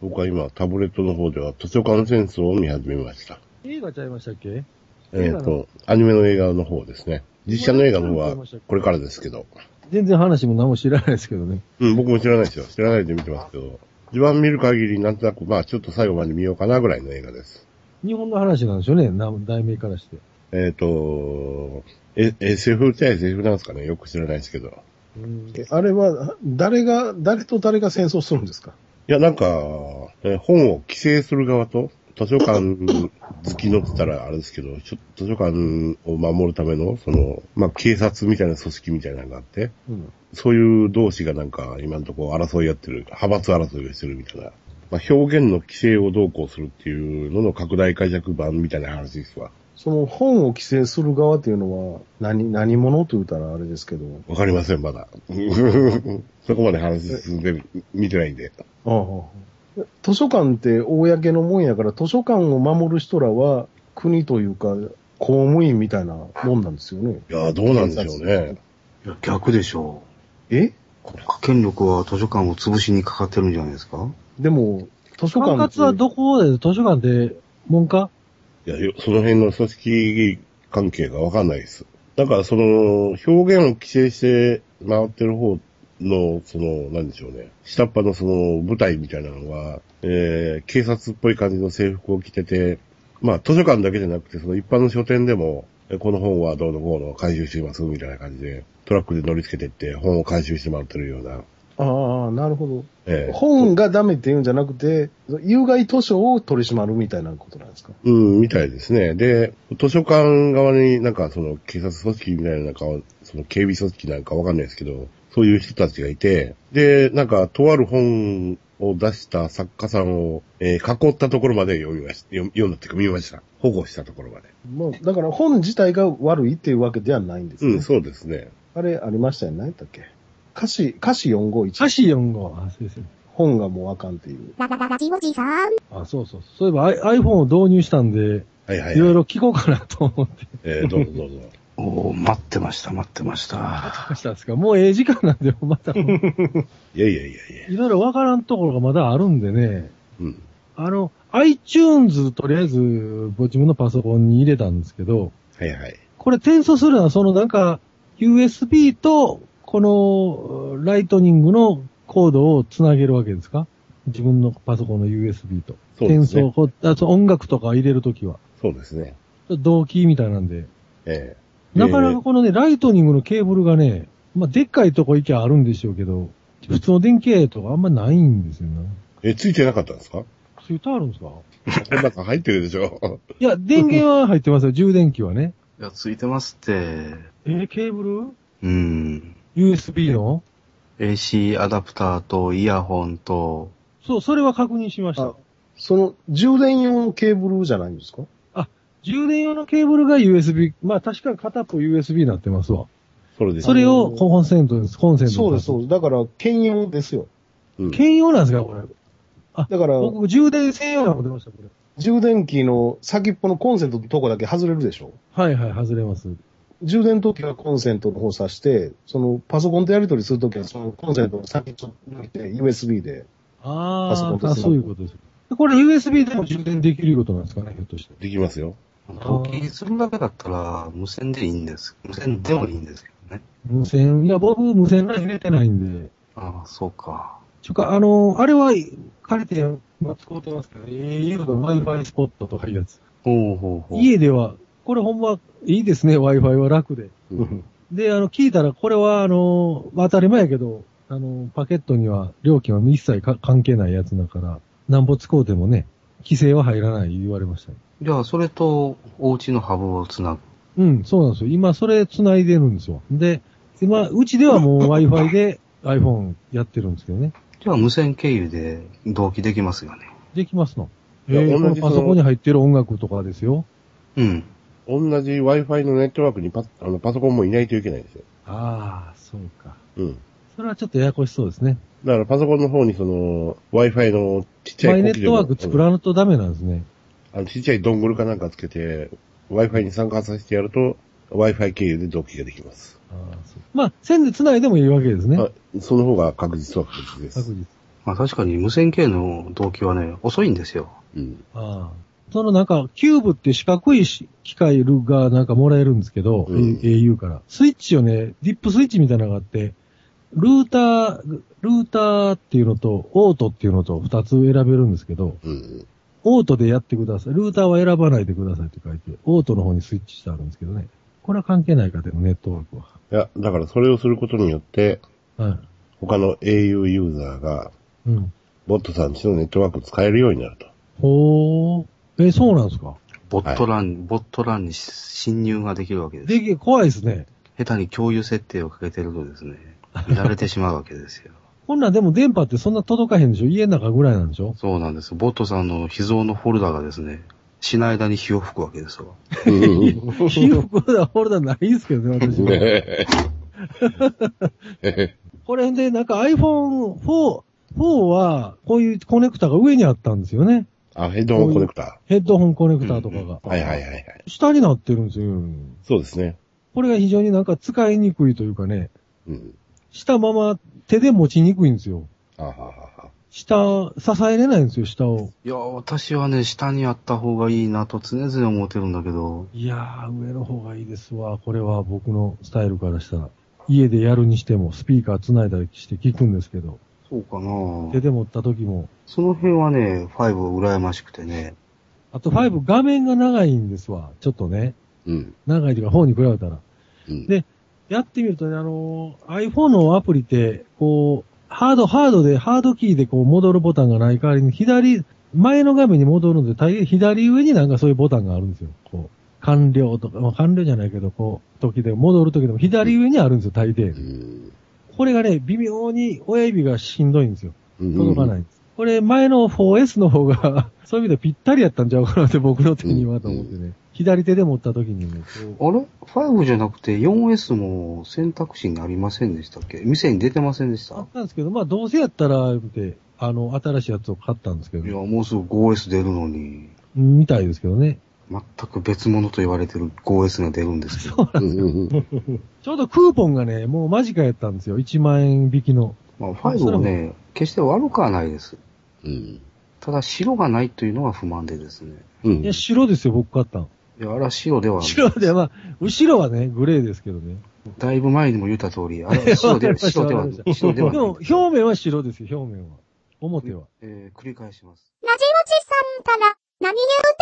Speaker 4: 僕は今、タブレットの方では図書館戦争を見始めました。
Speaker 2: 映画ちゃいましたっけ
Speaker 4: え
Speaker 2: 映
Speaker 4: っ、
Speaker 2: 画の
Speaker 4: と、アニメの映画の方ですね。実写の映画の方は、これからですけど。
Speaker 2: 全然話も何も知らないですけどね。
Speaker 4: うん、僕も知らないですよ。知らないで見てますけど。一番見る限り、なんとなく、まあ、ちょっと最後まで見ようかなぐらいの映画です。
Speaker 2: 日本の話なんでしょうね、な題名からして。
Speaker 4: えっ、と、え、SF っちゃ SF なんですかねよく知らないですけど。い
Speaker 2: うん
Speaker 5: え、あれは、誰が、誰と誰が戦争するんですか
Speaker 4: や、なんか、え本を規制する側と、図書館好きのって言ったらあれですけど、ちょ図書館を守るための、その、まあ、警察みたいな組織みたいなのがあって、
Speaker 5: うん。
Speaker 4: そういう同士がなんか、今のところ争いやってる、派閥争いをしてるみたいな。まあ、表現の規制をどうこうするっていうのの拡大解釈版みたいな話ですわ。
Speaker 5: その本を規制する側っていうのは、何、何者と言ったらあれですけど。
Speaker 4: わかりません、ま だ。そこまで話進んでる、見てないんで。
Speaker 5: ああ。図書館って公のもんやから、図書館を守る人らは、国というか、公務員みたいなもんなんですよね。
Speaker 4: いやーどうなんでしょうね。
Speaker 1: いや逆でしょ
Speaker 5: え
Speaker 1: う。国家権力は図書館を潰しにかかってるんじゃないですか
Speaker 5: でも、図書館
Speaker 2: 管
Speaker 5: って
Speaker 2: 轄はどこで、図書館で、文化
Speaker 4: いや、よその辺の組織関係がわかんないです。だから、その、表現を規制して回ってる方の、その、なんでしょうね。下っ端のその、部隊みたいなのは、えー、警察っぽい感じの制服を着てて、まあ、図書館だけじゃなくて、その一般の書店でも、えこの本はどうのこうの回収しますみたいな感じで、トラックで乗り付けてって本を回収してもらってるような、
Speaker 5: ああ、なるほ
Speaker 4: えー
Speaker 5: ど。本がダメって言うんじゃなくて、有害図書を取り締まるみたいなことなんですか。
Speaker 4: うん、みたいですね。で、図書館側になんかその警察組織みたいななんか、その警備組織なんかわかんないですけど、そういう人たちがいて、で、なんかとある本を出した作家さんを、えー囲ったところまで読みました。読読んだっていうか見ました。保護したところまで。
Speaker 5: もう、だから本自体が悪いっていうわけではないんです
Speaker 4: う
Speaker 5: ね
Speaker 4: ん、。そうですね。
Speaker 5: あれありましたよね。何やったっけ歌詞、歌詞451。
Speaker 2: 歌詞4号。あ、そうですよ。
Speaker 5: 本がもうあかんっていう。
Speaker 7: ララララジオジさん。
Speaker 2: あ、そうそう。そういえばアイ iPhone を導入したんで、
Speaker 4: はいはい、はい。
Speaker 2: いろいろ聞こうかなと思って
Speaker 4: えーどうぞどうぞ。
Speaker 1: おー待ってました、待ってました。
Speaker 2: ましたんですが、もうええ時間なんで、また、い
Speaker 4: いやいやいやいや。
Speaker 2: ろいろわからんところがまだあるんでね、
Speaker 4: うん。
Speaker 2: あの、iTunes とりあえず、ご自分のパソコンに入れたんですけど、
Speaker 4: はいはい。
Speaker 2: これ転送するのは、そのなんか、USB と、この、ライトニングのコードをつなげるわけですか自分のパソコンの USB と。
Speaker 4: そうです
Speaker 2: 転
Speaker 4: ね。
Speaker 2: 送、あそう音楽とか入れるときは。
Speaker 4: そうですね。
Speaker 2: 同期みたいなんで。
Speaker 4: ええ
Speaker 2: なかなかこのね、ライトニングのケーブルがね、まあ、でっかいとこ行きゃあるんでしょうけど、普通の電気屋とかあんまないんですよね。
Speaker 4: えーついてなかったんですか こ
Speaker 2: そういうとこあるんですか
Speaker 4: の中入ってるでしょ
Speaker 2: いや、電源は入ってますよ、充電器はね。
Speaker 1: いや、ついてますって。
Speaker 2: えケーブ
Speaker 1: うん。
Speaker 2: ル ?USB の
Speaker 1: AC アダプターとイヤホンと、
Speaker 2: そう、それは確認しました
Speaker 5: あ。その、充電用のケーブルじゃないんですか
Speaker 2: 充電用のケーブルが USB、まあ確か片っぽ USB になってますわ。
Speaker 4: それです
Speaker 2: それをコンセントです、コンセント
Speaker 5: そうです、そう
Speaker 2: う
Speaker 5: です。だから、兼用ですよ。
Speaker 4: うん
Speaker 2: 兼用なんですか、これ。
Speaker 5: だから、
Speaker 2: 僕、充電専用なの出ました、これ。
Speaker 5: 充電器の先っぽのコンセントのとこだけ外れるでしょ
Speaker 2: はいはい、外れます。
Speaker 5: 充電時はコンセントの方さして、そのパソコンとやり取りするときは、そのコンセントの先っちょっと抜いて、USB で。
Speaker 2: あ
Speaker 5: パソコン
Speaker 2: あ、
Speaker 5: と
Speaker 2: あ
Speaker 5: スマホ
Speaker 2: そういうことです。これ USB でも充電できることなんですかね、ひょっとして。
Speaker 4: できますよ。
Speaker 1: 同期するだけだったら、無線でいいんです。無線でもいいんですけどね。
Speaker 2: 無線、いや、僕、無線ライン入れてないんで。
Speaker 1: ああ、そうか。
Speaker 2: ちゅうか、あの、あれは、借りて、まあ、使ってますけど、au の Wi-Fi スポットとかいうやつ。
Speaker 1: ほうほうほう。
Speaker 2: 家では、これほんま、いいですね、Wi-Fi は楽で。
Speaker 4: うん。
Speaker 2: で、あの、聞いたら、これは、あの、まあ当たり前やけど、あの、パケットには、料金は一切か関係ないやつだから、なんぼ使うてもね、規制は入らない言われました。
Speaker 1: じゃあ、それと、お家のハブをつなぐ。
Speaker 2: うん、そうなんですよ。今、それ繋いでるんですよ。で、今、うちではもう Wi-Fi で iPhone やってるんですけどね。
Speaker 1: じゃあ、無線経由で同期できますよね。
Speaker 2: できますの。え
Speaker 4: いや
Speaker 2: ー、こ
Speaker 4: 同
Speaker 2: の
Speaker 4: じそ
Speaker 2: パ
Speaker 4: の
Speaker 2: ソコンに入ってる音楽とかですよ。
Speaker 1: うん。
Speaker 4: 同じ Wi-Fi のネットワークにパあのパソコンもいないといけないんですよ。
Speaker 2: ああ、そうか。
Speaker 4: うん。
Speaker 2: それはちょっとややこしそうですね。
Speaker 4: だからパソコンの方にその Wi-Fi のちっちゃ
Speaker 2: マイ
Speaker 4: い
Speaker 2: ネ
Speaker 4: コ
Speaker 2: ッ
Speaker 4: キで
Speaker 2: ト
Speaker 4: も
Speaker 2: ワーク作らんとダメなんですね。
Speaker 4: あのちっちゃいドングルかなんかつけて Wi-Fi に参加させてやると Wi-Fi 経由で同期ができます。
Speaker 2: ああそうまあ、線で繋いでもいいわけですね。
Speaker 4: あその方が確実は確実です。
Speaker 2: 確実。
Speaker 1: まあ、確かに無線経由の同期はね、遅いんですよ。
Speaker 4: うん。
Speaker 2: ああ。そのなんか、キューブって四角いし機械がなんかもらえるんですけど、
Speaker 4: うん
Speaker 2: au から。スイッチをね、ディップスイッチみたいなのがあって、ルーター、ルーターっていうのと、オートっていうのと二つ選べるんですけど、
Speaker 4: うん。
Speaker 2: オートでやってください。ルーターは選ばないでくださいって書いて、オートの方にスイッチしてあるんですけどね。これは関係ないか、でもネットワークは。
Speaker 4: いや、だからそれをすることによって
Speaker 2: は
Speaker 4: 他の au ユーザーが
Speaker 2: い。うん。
Speaker 4: ボットさんちのネットワークを使えるように なると。
Speaker 2: ほー。え、そうなんですか
Speaker 1: ボット欄、ボット欄に侵入ができるわけです。
Speaker 2: でき、怖いですね。
Speaker 1: 下手に共有設定をかけてると ですね、乱れてしまうわけですよ。
Speaker 2: こんなんでも電波ってそんな届かへんでしょ家の中ぐらいなんでしょ
Speaker 1: そうなんです。ボットさんの秘蔵のフォルダがですね、しない間に火を吹くわけですわ。
Speaker 2: 記憶だ、俺らないですけどね、私は。これで、なんか iPhone4、4は、こういうコネクタが上にあったんですよね。
Speaker 4: あ、ヘッドホンコネクタ
Speaker 2: ヘッドホンコネクタとかが。
Speaker 4: ー。はいはいはいはい。
Speaker 2: 下になってるんですよ。
Speaker 4: そうですね。
Speaker 2: これが非常になんか使いにくいというかね、
Speaker 4: うん。
Speaker 2: したまま手で持ちにくいんですよ。
Speaker 4: あははは。
Speaker 2: 下、支えれないんですよ、下を。
Speaker 1: いや、私はね、下にあった方がいいなと常々思ってるんだけど、
Speaker 2: いやー、上の方がいいですわ。これは僕のスタイルからしたら。家でやるにしても、スピーカー繋いだりして聞くんですけど、
Speaker 1: そうかな
Speaker 2: 手で持った時も、
Speaker 1: その辺はね、5羨ましくてね。
Speaker 2: あと5、画面が長いんですわ。ちょっとね。
Speaker 4: うん。
Speaker 2: 長いというか、方に比べたら。
Speaker 4: うん。
Speaker 2: でやってみるとね、あのー、iPhone のアプリって、こう、ハード、ハードで、ハードキーでこう戻るボタンがない代わりに、左、前の画面に戻るので、大概左上になんかそういうボタンがあるんですよ。こう、完了とか、まあ、完了じゃないけど、こう、時で、戻る時でも左上にあるんですよ、大抵
Speaker 4: う。ん。
Speaker 2: これがね、微妙に親指がしんどいんですよ。
Speaker 4: うん
Speaker 2: 届かないんです。ここれ前の 4S の方が、 そういう意味でぴったりやったんちゃうかなって僕の手にはと思ってね。左手で持った時にも。
Speaker 1: あれ ?5 じゃなくて 4S も選択肢になりませんでしたっけ店に出てませんでし
Speaker 2: あ
Speaker 1: た
Speaker 2: ったんですけど、まあどうせやったら、って、あの、新しいやつを買ったんですけ
Speaker 1: いや、
Speaker 2: ど、
Speaker 1: もうすぐ 5S 出るのに、
Speaker 2: みたいですけどね。
Speaker 1: 全く別物と言われてる 5S が出るんですけど。
Speaker 4: うんうんうん
Speaker 2: ちょうどクーポンがね、もう間近やったんですよ。1万円引きの。
Speaker 1: まあ、5もね、決して悪くはないです。
Speaker 4: うん。
Speaker 1: ただ、白がないというのが不満でですね。
Speaker 4: うん
Speaker 2: いや、白ですよ、僕買ったの。
Speaker 1: いや、あれは白ではない、
Speaker 2: 白で、まあ、後ろはね、グレーですけどね。
Speaker 1: だいぶ前にも言った通り、あれは白で
Speaker 2: わかりまし た
Speaker 1: 白では
Speaker 2: わか
Speaker 1: な
Speaker 2: りま
Speaker 1: い、白で
Speaker 2: で
Speaker 1: は
Speaker 2: も、
Speaker 1: ない。
Speaker 2: 表面は白ですよ、表面は。表は。
Speaker 1: えー繰り返します。
Speaker 7: ラジオチさんから何言うて